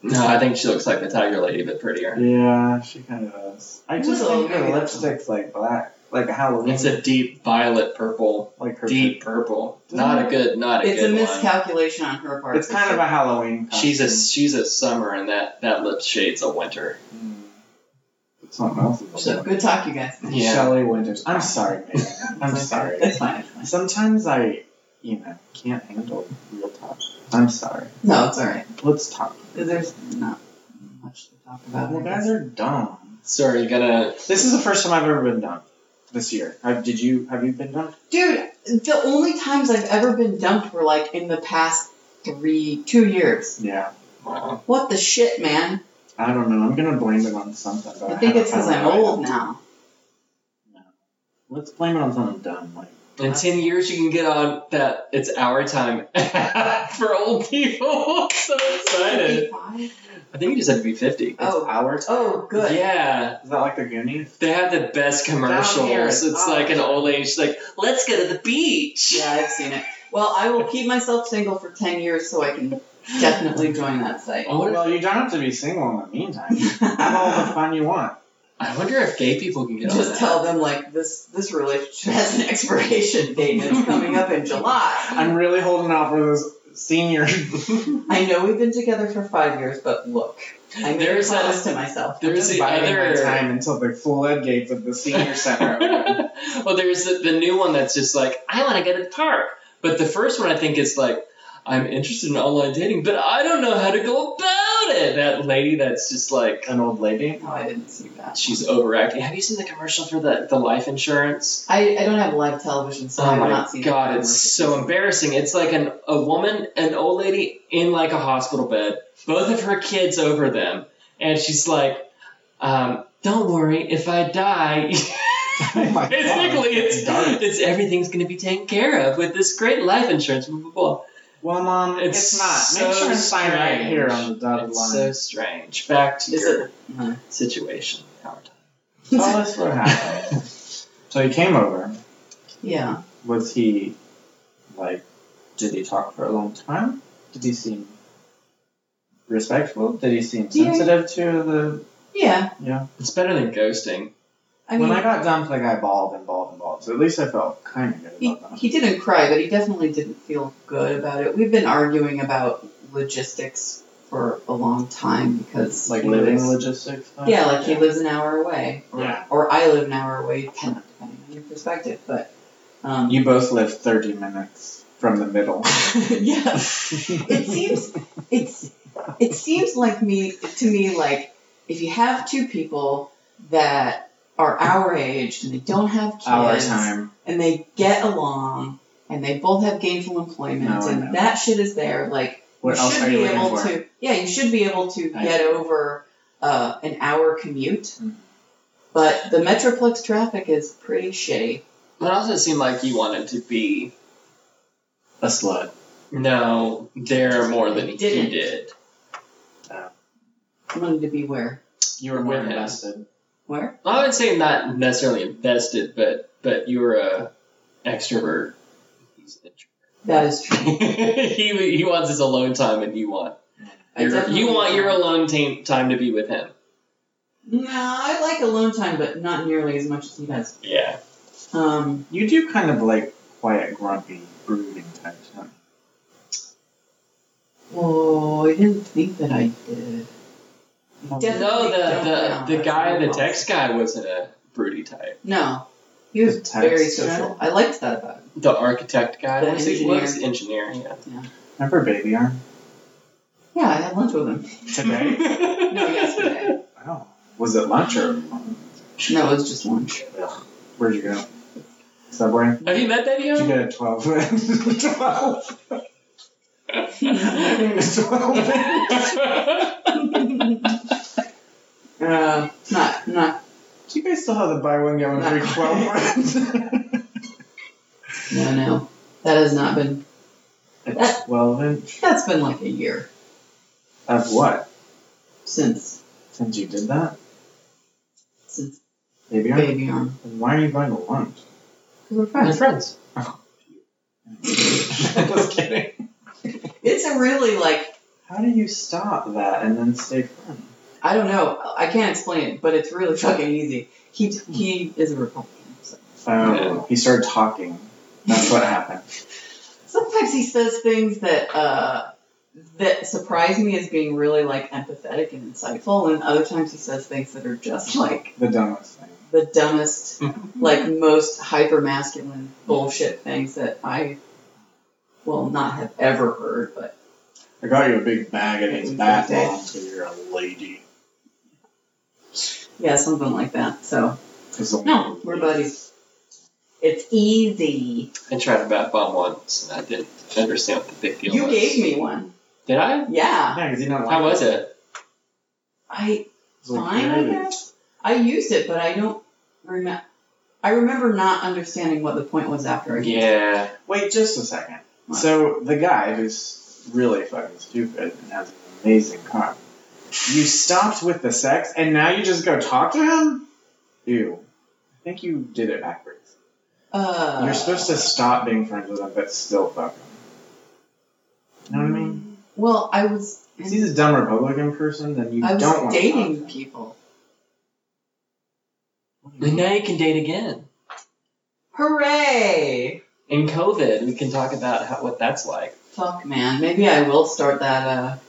S4: No, I think she looks like the tiger lady, but prettier.
S2: Yeah, she kind of does. I just
S3: Well,
S2: think her
S3: maybe that's-
S2: lipstick's like black, like a Halloween,
S4: It's a deep violet purple,
S2: like her.
S4: deep purple. Not a good, not a
S3: It's a
S4: good one.
S3: miscalculation on her part.
S2: It's kind of a Halloween. Costume.
S4: She's a she's a summer, and that that lip shade's a winter.
S2: Mm. Something else. is
S3: so
S2: a-
S3: good talk, you guys.
S4: Yeah.
S2: Shelley Winters. I'm sorry, Megan. I'm sorry.
S3: It's fine. It's fine.
S2: Sometimes I, you know, can't handle real talk. I'm sorry.
S3: No, it's all right.
S2: Let's talk.
S3: There's not much to talk about.
S2: You guys are dumb.
S4: So are you gonna?
S2: This is the first time I've ever been dumb. This year, have, did you? Have you been dumb?
S3: Dude, the only times I've ever been dumped were like in the past three, two years.
S2: Yeah.
S4: Wow.
S3: What the shit, man?
S2: I don't know. I'm gonna blame it on something. But
S3: I think
S2: haven't
S3: it's because I'm
S2: found out.
S3: old now.
S2: Let's blame it on something dumb, like.
S4: In ten years, you can get on that. It's our time for old people. so excited!
S3: 55?
S4: I think you just had to be fifty.
S2: It's
S3: Oh.
S2: our
S3: Oh, good.
S4: Yeah,
S2: Is that like the Goonies?
S4: they have the best commercials.
S2: Down here.
S4: It's
S2: Oh.
S4: like an old lady. She's like, "Let's go to the beach."
S3: Yeah, I've seen it. Well, I will keep myself single for 10 years so I can definitely join that site.
S4: I wonder,
S2: Well, you don't have to be single in the meantime. Have all the
S4: Oh.
S3: Just
S2: fun you want.
S4: I wonder if gay people can get on that.
S3: tell them, like, this this relationship has an expiration date and it's coming up in July.
S2: I'm really holding out for those senior.
S3: I know we've been together for five years, but look, I'm
S4: There's a-
S3: honest to myself.
S4: There's
S2: Just
S4: the
S2: biding my
S4: other
S2: time until the floodgates of the senior center. open.
S4: well, there's the, the new one that's just like, I want to go to the park. But the first one, I think, is like, I'm interested in online dating, but I don't know how to go about it. That lady that's just like,
S2: An old lady.
S3: No, I didn't see that.
S4: she's overacting. Have you seen the commercial for the, the life insurance?
S3: I, I don't have live television, so
S4: oh
S3: I will
S4: my
S3: not see
S4: god,
S3: that.
S4: it's so embarrassing. It's like an a woman, an old lady in like a hospital bed, both of her kids over them, and she's like, um, "Don't worry, if I die,
S2: Oh my
S4: Basically, it's
S2: dark.
S4: it's everything's going to be taken care of with this great life insurance. Blah, blah, blah.
S2: Well, mom, it's,
S4: It's
S2: not. Make
S4: so
S2: sure and sign right
S4: strange.
S2: here on the dotted
S4: It's so
S2: line.
S4: strange. Back to
S3: Is
S4: your
S3: Mhm.
S4: situation, Howard.
S2: Tell us what happened. so he came over.
S3: yeah.
S2: Was he like? Did he talk for a long time? Did he seem respectful? Did he seem
S3: Yeah.
S2: sensitive to the
S3: Yeah.
S4: It's better than ghosting.
S3: I
S2: when
S3: mean,
S2: I got dumped, like I bawled and bawled and bawled. So at least I felt kind of good
S3: he,
S2: about that.
S3: he didn't cry, but he definitely didn't feel good about it. We've been arguing about logistics for a long time because.
S2: Like
S3: he
S2: living
S3: lives-
S2: logistics. Stuff.
S3: Yeah, like he lives an hour away. Or,
S2: Yeah.
S3: or I live an hour away, depending depending on your perspective. But. Um,
S2: You both live thirty minutes from the middle.
S3: yeah. it seems it's it seems like me to me like if you have two people that are our age and they don't have kids
S2: Our time.
S3: and they get along and they both have gainful employment
S2: No, I know.
S3: and that shit is there like
S2: What
S3: you
S2: else
S3: should
S2: are
S3: be
S2: you looking
S3: able
S2: for?
S3: to yeah you should be able to
S2: I-
S3: get over uh, an hour commute
S2: Mhm.
S3: but the metroplex traffic is pretty shitty
S4: But it also seemed like you wanted to be.
S2: A slut.
S4: No, there more than he
S3: Didn't.
S4: did.
S3: i wanted to be where
S2: You were more
S4: Women.
S2: invested.
S3: where
S4: I would say not necessarily invested, but but you were a extrovert. He's an
S3: that is true
S4: introvert. he he wants his alone time, and you want
S3: I
S4: your,
S3: definitely-
S4: you want your alone ta- time to be with him.
S3: No, I like alone time, but not nearly as much as he does.
S4: Yeah.
S3: Um,
S2: You do kind of like quiet, grumpy, brooding types. Huh?
S3: oh, I didn't think that I did. Definitely
S4: No,
S3: don't know.
S4: the, the, the guy, the
S3: That's
S4: text guy, wasn't a broody type.
S3: No, he was
S2: The text
S3: very social. I liked that about him.
S4: The architect guy
S3: The
S4: was he
S3: engineer.
S4: was engineer. Yeah.
S2: Remember Baby Arm?
S3: Yeah, I had lunch with him.
S2: Today?
S3: No, yesterday.
S2: Wow. Was it lunch or
S3: No, it was just lunch.
S2: where'd you go? Subway?
S4: Have you met that
S2: Did you
S4: young?
S2: get a 12? 12?
S3: Uh, not, not.
S2: Do you guys still have the buy one get one free 12 ones?
S3: No, no. That has not been.
S2: a 12 inch?
S3: That's been like a year
S2: Of what?
S3: since
S2: Since you did that?
S3: since
S2: Baby arm?
S3: baby arm.
S2: Then Why are you going to lunch?
S3: We were friends.
S4: friends.
S2: Just kidding.
S3: It's a really like
S2: How do you stop that and then stay friends?
S3: I don't know. I can't explain it, but it's really fucking easy. He he is a Republican. So.
S2: Oh, he started talking. That's what happened.
S3: Sometimes he says things that uh, that surprise me as being really like empathetic and insightful, and other times he says things that are just like
S2: The dumbest thing.
S3: the dumbest, like most hyper masculine bullshit things that I will not have ever heard. But
S2: I got you a big bag and it's that
S3: Okay.
S2: long, so you're a lady.
S3: yeah, something like that. So
S2: 'Cause only
S3: no, we're buddies. It's easy.
S4: I tried a bath bomb once, and I didn't understand what the big deal
S3: You
S4: was.
S3: gave me one.
S4: Did I?
S3: Yeah,
S2: Yeah, because you don't like
S4: How was it?
S3: I
S2: It's like,
S3: fine, I
S2: yeah,
S3: guess. I used it, but I don't remember. I remember not understanding what the point was after I used it.
S4: Yeah.
S2: Wait just a second.
S3: What?
S2: So the guy who's really fucking stupid and has an amazing car, you stopped with the sex and now you just go talk to him? Ew. I think you did it backwards.
S3: Uh,
S2: You're supposed to stop being friends with him but still fuck him. You know what I mean?
S3: Mm-hmm. Well, I was.
S2: If he's a dumb Republican person, then you
S3: I was
S2: don't want to
S3: dating
S2: talk
S3: people.
S2: to him.
S4: Now you can date again.
S3: Hooray!
S4: In COVID, we can talk about how, what that's like.
S3: Fuck, man. Maybe I will start that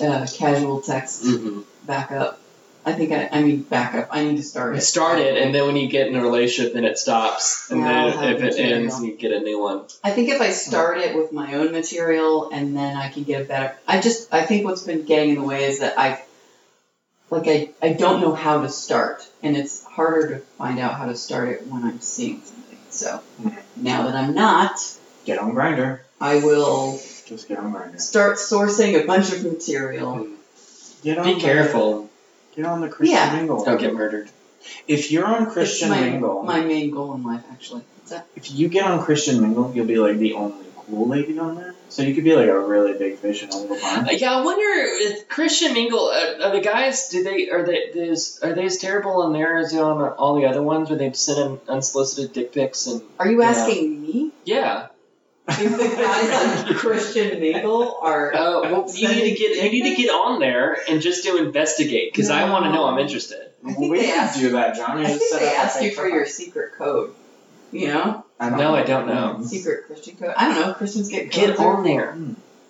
S3: uh, uh, casual text
S4: Mm-hmm.
S3: back up. I think I. I mean, back up. I need to start it.
S4: Start it, and then when you get in a relationship, then it stops, and
S3: Yeah, I'll
S4: then
S3: have
S4: if it
S3: material.
S4: ends, you get a new one.
S3: I think if I start it with my own material and then I can get a better I just I think what's been getting in the way is that I like I, I don't know how to start and it's harder to find out how to start it when I'm seeing somebody. So
S2: Mhm.
S3: now that I'm not,
S2: Get on grinder.
S3: I will
S2: Just get on grinder.
S3: start sourcing a bunch of material.
S2: Get on
S4: Be
S2: the-
S4: careful.
S2: Get on the Christian
S3: Yeah.
S2: mingle.
S4: Don't get murdered.
S2: If you're on
S3: It's
S2: Christian
S3: my,
S2: mingle,
S3: my main goal in life actually. What's that?
S2: if you get on Christian mingle, you'll be like the only cool lady on there. So you could be like a really big fish in a little pond.
S4: Uh, Yeah, I wonder if Christian Mingle uh, are the guys? Do they are they is, are they as terrible on there as on all the other ones where they send in unsolicited dick pics and
S3: Are you
S4: Yeah.
S3: asking me?
S4: yeah?
S3: If the guys on Christian Mingle are
S4: Uh, well, you need to get you need to get on there and just to investigate because I want to know I'm interested.
S3: I think
S2: we
S3: they
S2: can
S3: asked-
S2: do that, John.
S3: I
S2: Just
S3: think
S2: set
S3: they
S2: up a
S3: ask you
S2: fake
S3: for your secret code. You know,
S2: I don't
S4: No, I don't know.
S3: secret Christian code. I don't know. Christians get codes.
S4: Get on there.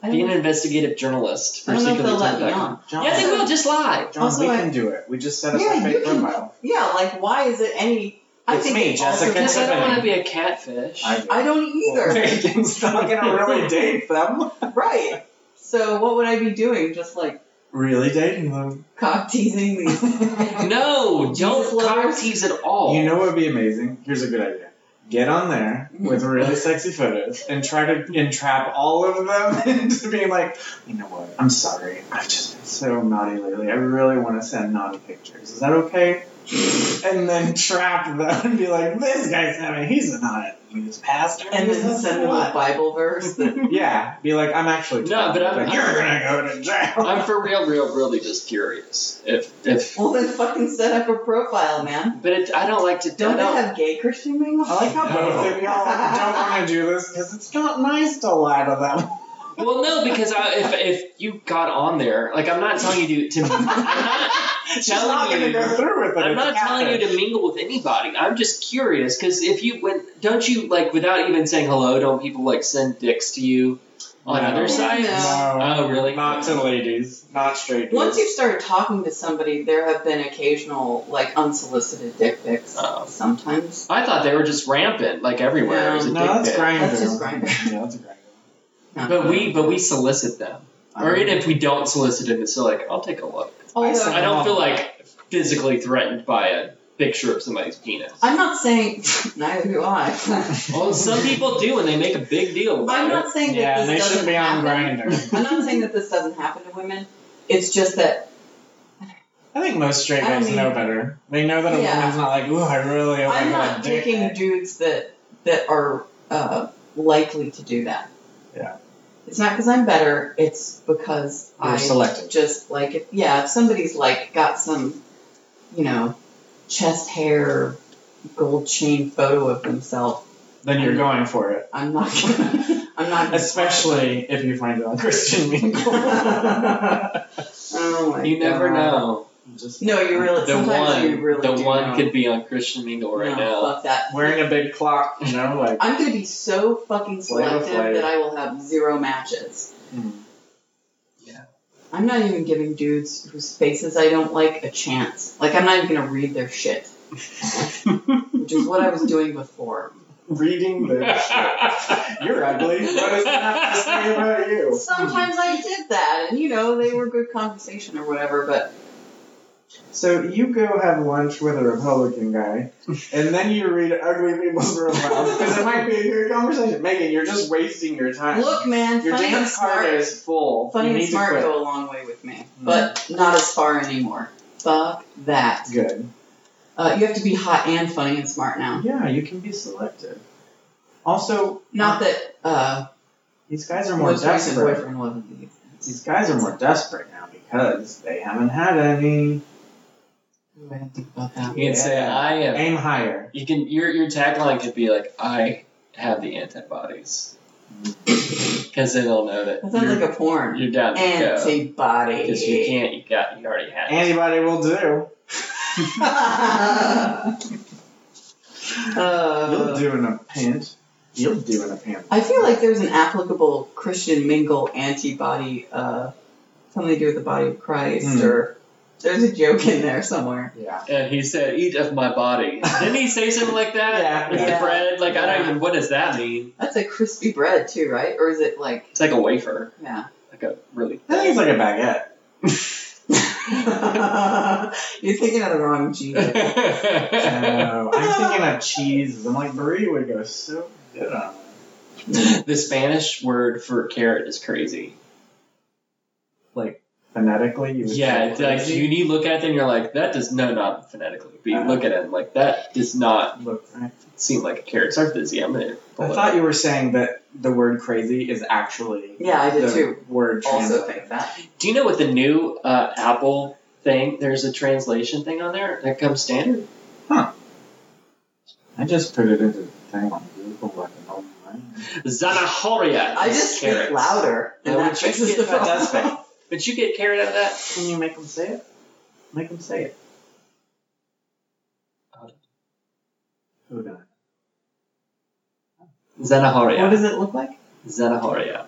S3: I
S4: Be
S3: don't
S4: an
S3: know.
S4: investigative journalist.
S3: I don't know if they'll let me
S4: particularly
S3: on.
S2: John,
S4: Yeah, they will. Just lie.
S2: John,
S3: Also,
S2: we
S3: I-
S2: can do it. We just set up
S3: Yeah,
S2: a
S3: you
S2: fake
S3: can-
S2: profile.
S3: Yeah, like why is it any? I
S2: It's
S3: think
S2: me,
S3: it's
S2: Jessica
S3: also-
S4: Because I don't
S2: Tiffany.
S4: want to be a catfish.
S2: I do.
S3: I don't either.
S2: Pagan's not gonna really date them.
S3: right. So what would I be doing? Just like
S2: Really dating them.
S3: cock teasing these.
S4: No,
S3: Jesus
S4: don't cock
S3: lovers.
S4: tease at all.
S2: You know what would be amazing? Here's a good idea. Get on there with really sexy photos and try to entrap all of them into being like, you know what? I'm sorry. I've just been so naughty lately. I really want to send naughty pictures. Is that okay? And then trap them and be like, this guy's having, he's a naughty. He's a pastor.
S3: and
S2: he's
S3: then
S2: a
S3: send them a
S2: slut."
S3: Bible verse. That,
S2: Yeah. Be like, I'm actually.
S4: No,
S2: trans."
S4: but I'm-
S2: Like, You're going to go to jail.
S4: I'm for real, real, really just curious. If if
S3: well, then fucking set up a profile, man.
S4: but it, I don't like to.
S3: Don't
S4: I
S3: they
S4: don't,
S3: have gay Christian mingle?
S2: I like how both of y'all don't want to do this because it's not nice to lie to them.
S4: Well, no, because I, if if you got on there, like I'm not telling you to, to I'm not,
S2: She's
S4: Telling
S2: not going to
S4: you.
S2: go through with it.
S4: I'm
S2: It's
S4: not telling you
S2: catfish.
S4: to mingle with anybody. I'm just curious because if you when don't you like without even saying hello, don't people like send dicks to you on
S2: No.
S4: other sites?
S3: No.
S4: Oh, really?
S2: Not to ladies, not straight.
S3: Once
S2: dudes.
S3: you've started talking to somebody, there have been occasional, like, unsolicited dick pics.
S4: Oh.
S3: Sometimes.
S4: I thought they were just rampant, like everywhere. It was a
S2: no,
S4: dick
S2: that's
S4: pic.
S2: grinder.
S3: That's just Grindr.
S2: Yeah, that's a grinder.
S4: But we but we solicit them. Or
S2: Um,
S4: even if we don't solicit him, it's still like, I'll take a look.
S3: Although,
S4: I don't feel like physically threatened by a picture of somebody's penis.
S3: I'm not saying, neither do I.
S4: Well, some people do, and they make a big deal. about
S3: I'm
S4: it.
S3: not saying
S2: yeah,
S3: that
S2: they
S3: this
S2: should
S3: doesn't
S2: be on
S3: happen.
S2: Grinder.
S3: I'm not saying that this doesn't happen to women. It's just that
S2: I think most straight
S3: I
S2: guys
S3: mean-
S2: know better. They know that a
S3: Yeah.
S2: woman's not like, ooh, I really like
S3: I'm
S2: that
S3: not
S2: dick.
S3: picking dudes that that are uh, likely to do that.
S2: Yeah.
S3: It's not because I'm better. It's because
S2: You're
S3: I
S2: selective.
S3: just like if yeah, if somebody's like got some, you know, chest hair, gold chain photo of themselves,
S2: Then you're going for it.
S3: I'm not. Gonna, I'm not. Gonna,
S2: Especially if you find it on Christian Mingle.
S3: Oh my
S4: You never
S3: God.
S4: know.
S2: Just
S3: No, you really.
S4: The
S3: sometimes
S4: one,
S3: you really
S4: the
S3: do
S4: one
S3: know.
S4: could be on Christian Mingle right
S3: no,
S4: now.
S3: Fuck that.
S2: wearing a big clock, you know, like
S3: I'm gonna be so fucking
S2: Flavor
S3: selective
S2: Flav.
S3: that I will have zero matches.
S2: Mm.
S4: Yeah.
S3: I'm not even giving dudes whose faces I don't like a chance. Like I'm not even gonna read their shit, which is what I was doing before.
S2: reading the You're ugly. What does that have to say about you?
S3: Sometimes I did that, and you know they were good conversation or whatever. But
S2: So you go have lunch with a Republican guy, and then you read ugly people's profiles because it might be a good conversation. Megan, you're just wasting your time.
S3: look, man,
S2: your
S3: funny and
S2: dance card
S3: smart,
S2: is full.
S3: funny
S2: you
S3: and
S2: need
S3: smart
S2: to Mm-hmm.
S3: go a long way with me, but not as far anymore. Fuck that.
S2: quit. Good.
S3: Uh, you have to be hot and funny and smart now.
S2: Yeah, you can be selective. Also,
S3: Not that uh,
S2: these guys are more
S3: most recent
S2: desperate.
S3: boyfriend wasn't the
S2: These guys are more desperate now because they haven't had any.
S3: Ooh, I didn't think about that.
S4: You can say,
S2: Yeah.
S4: I am.
S2: Aim higher.
S4: You can your your tagline could be like, I have the antibodies, because then they'll know that
S3: That sounds
S4: you're,
S3: like a porn.
S4: you're down to go.
S3: Antibody.
S2: uh,
S4: Because you can't, you got, you already had. it.
S2: Anybody will do. You'll
S3: Uh,
S2: do in a pint. You'll do in a pint.
S3: I feel like there's an applicable Christian mingle antibody, uh, something to do with the body of Christ,
S2: Hmm.
S3: or there's a joke in there somewhere.
S2: Yeah.
S4: And he said, "Eat of my body." Didn't he say something like that?
S2: Yeah.
S4: With
S3: Yeah.
S4: the bread, like I
S3: Yeah.
S4: don't even. What does that mean?
S3: That's a crispy bread too, right? Or is it like,
S4: It's like a wafer,
S3: yeah?
S4: like a really.
S2: I think it's like a baguette.
S3: You're thinking of the wrong Jesus.
S2: No, I'm thinking of cheeses. I'm like, burrito would go so good on that.
S4: the Spanish word for carrot is crazy.
S2: Phonetically, you would
S4: Yeah,
S2: say
S4: it's like
S2: crazy.
S4: you need to look at it and you're like, that does no, not phonetically, but you
S2: Uh-huh.
S4: look at it and like that does not
S2: Look, I,
S4: seem like a carrot. Sorry for the Z. I'm gonna.
S2: I thought you were saying that the word crazy is actually
S3: Yeah, I did
S2: the
S3: too.
S2: word
S3: Also
S2: translated.
S3: think that.
S4: Do you know what the new uh, Apple thing? There's a translation thing on there that comes standard.
S2: I just put it into the thing on Google like an old man.
S4: Zanahoria.
S3: I
S4: is
S3: just
S4: carrots.
S3: speak louder, and
S2: That
S3: that
S2: would
S3: fixes
S2: change
S3: the
S2: it. That does
S3: problem.
S2: fix
S4: But you get carrot out of that?
S2: Can you make them say it? Make them say it. Hold on.
S3: What
S4: Zanahoria.
S3: does it look like?
S4: Zanahoria.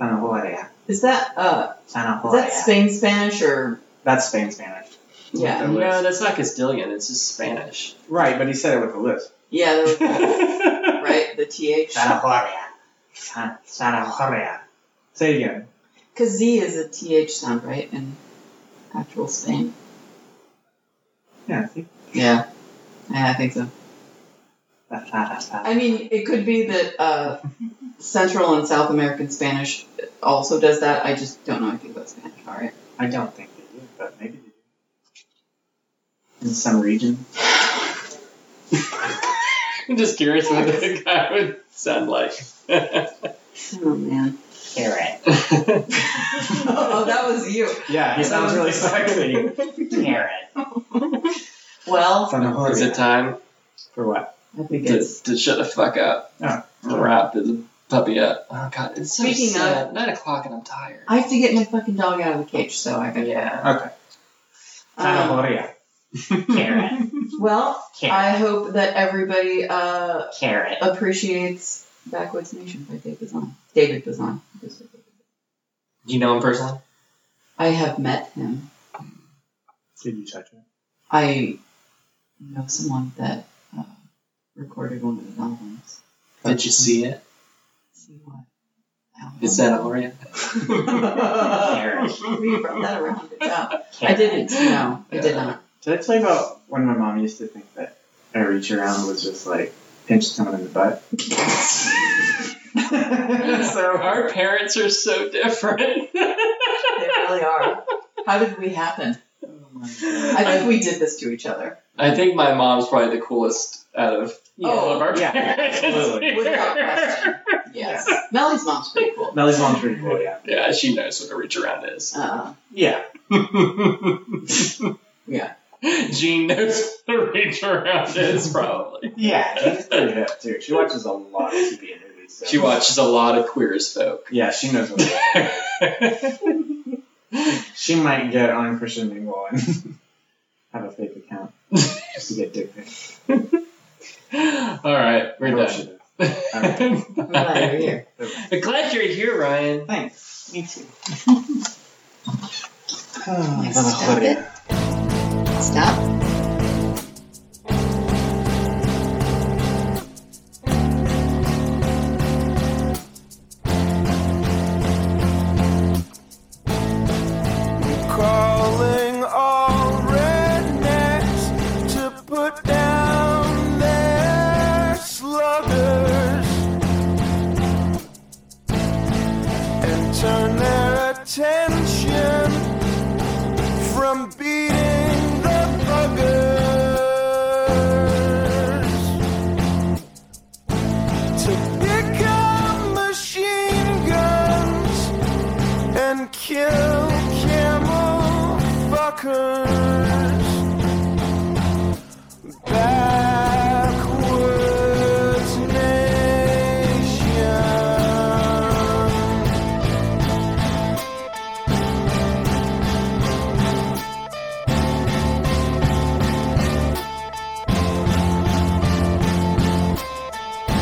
S2: Zanahoria.
S3: Is that uh is
S2: Zanahoria.
S3: that Spain Spanish or
S2: That's Spain Spanish.
S3: yeah.
S2: With the
S4: No,
S2: lisp.
S4: that's not Castilian. It's just Spanish.
S2: Right, but he said it with a lisp.
S3: Yeah, the-
S4: I
S3: right, the TH.
S2: Zanahoria. San- Zanahoria. Say it again.
S3: Because Z is a TH sound, right, in actual Spain?
S2: Yeah, see?
S3: Yeah. Yeah, I think so.
S2: That's not that's not-
S3: I mean, it could be that uh, Central and South American Spanish also does that. I just don't know anything about Spanish, all right?
S2: I don't think they do, but maybe they do. In some region.
S4: am just curious what the guy would sound like.
S3: Oh, man.
S2: Carrot.
S3: oh, that was you.
S2: Yeah, he sounds really sexy. Carrot.
S3: Well,
S4: Is it time
S2: For what?
S3: I think
S4: to,
S3: it's.
S4: to shut the fuck up?
S2: Oh.
S4: And wrap the puppy up. Oh god, it's so
S3: Speaking
S4: sad. Nine o'clock and I'm tired.
S3: I have to get my fucking dog out of the cage, so I gotta.
S4: Yeah.
S2: Okay.
S3: Um,
S2: Zanahoria.
S3: well,
S2: Carrot.
S3: I hope that everybody uh,
S2: Carrot.
S3: appreciates Backwoods Nation by Dave Bazan. David Bazan.
S4: you know him personally?
S3: I have met him.
S2: Did you touch it?
S3: I know someone that uh, recorded one of his albums.
S4: Did you see it?
S3: See what?
S4: Is Santa Maria?
S7: Karen.
S3: We brought that around. Good job. I didn't. No, I did not.
S2: Did I tell you about when my mom used to think that a reach around was just like pinch someone in the butt? so
S5: Our parents are so different.
S3: They really are. How did we happen? I think we did this to each other.
S4: I think my mom's probably the coolest out of
S3: Yeah.
S4: all of our
S7: Yeah,
S5: parents.
S7: absolutely.
S3: Without question. Yes. Melly's mom's pretty cool.
S7: Melly's mom's pretty cool, yeah.
S4: Yeah, she knows what a reach around is.
S3: Uh,
S7: Yeah.
S3: Yeah.
S4: Gene knows what a reach around is, probably.
S7: Yeah, she's pretty hip too. She watches a lot of TV and movies. So.
S4: She watches a lot of Queer as Folk.
S7: Yeah, she knows what it is. She might get on Christian Mingle and
S2: have a fake account just to get dick pics.
S4: All right, we're
S7: Oh,
S4: done.
S7: she does.
S3: I'm glad you're here.
S4: I'm glad you're here, Ryan.
S2: Thanks. Me too.
S3: Stop it. Stop.
S8: calling all rednecks to put down their sluggers and turn their attention from beating the buggers to pick up machine guns and kill camel fuckers. Backwoods nation.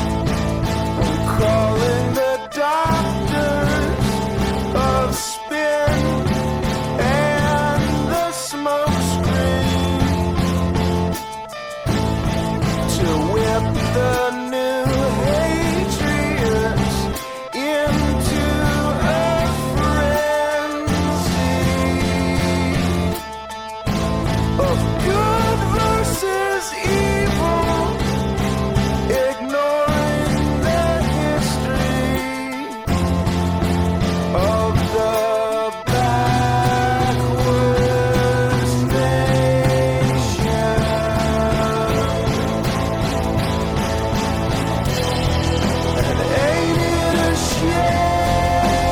S8: I'm calling the doctors of spin and the smoke screen to whip the new patriots into a frenzy of good versus evil, ignoring the history of the backwoods nation. And ain't it a shame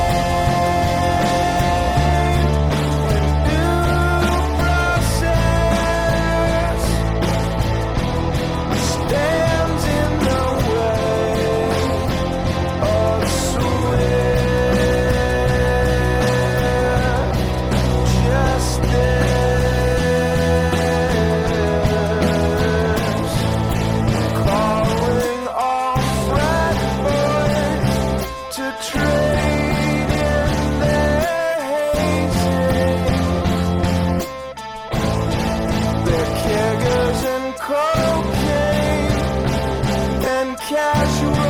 S8: when due process stands in the way of swift justice. Calling all frat boys to trade in their hazing. Their keggers and cocaine and casual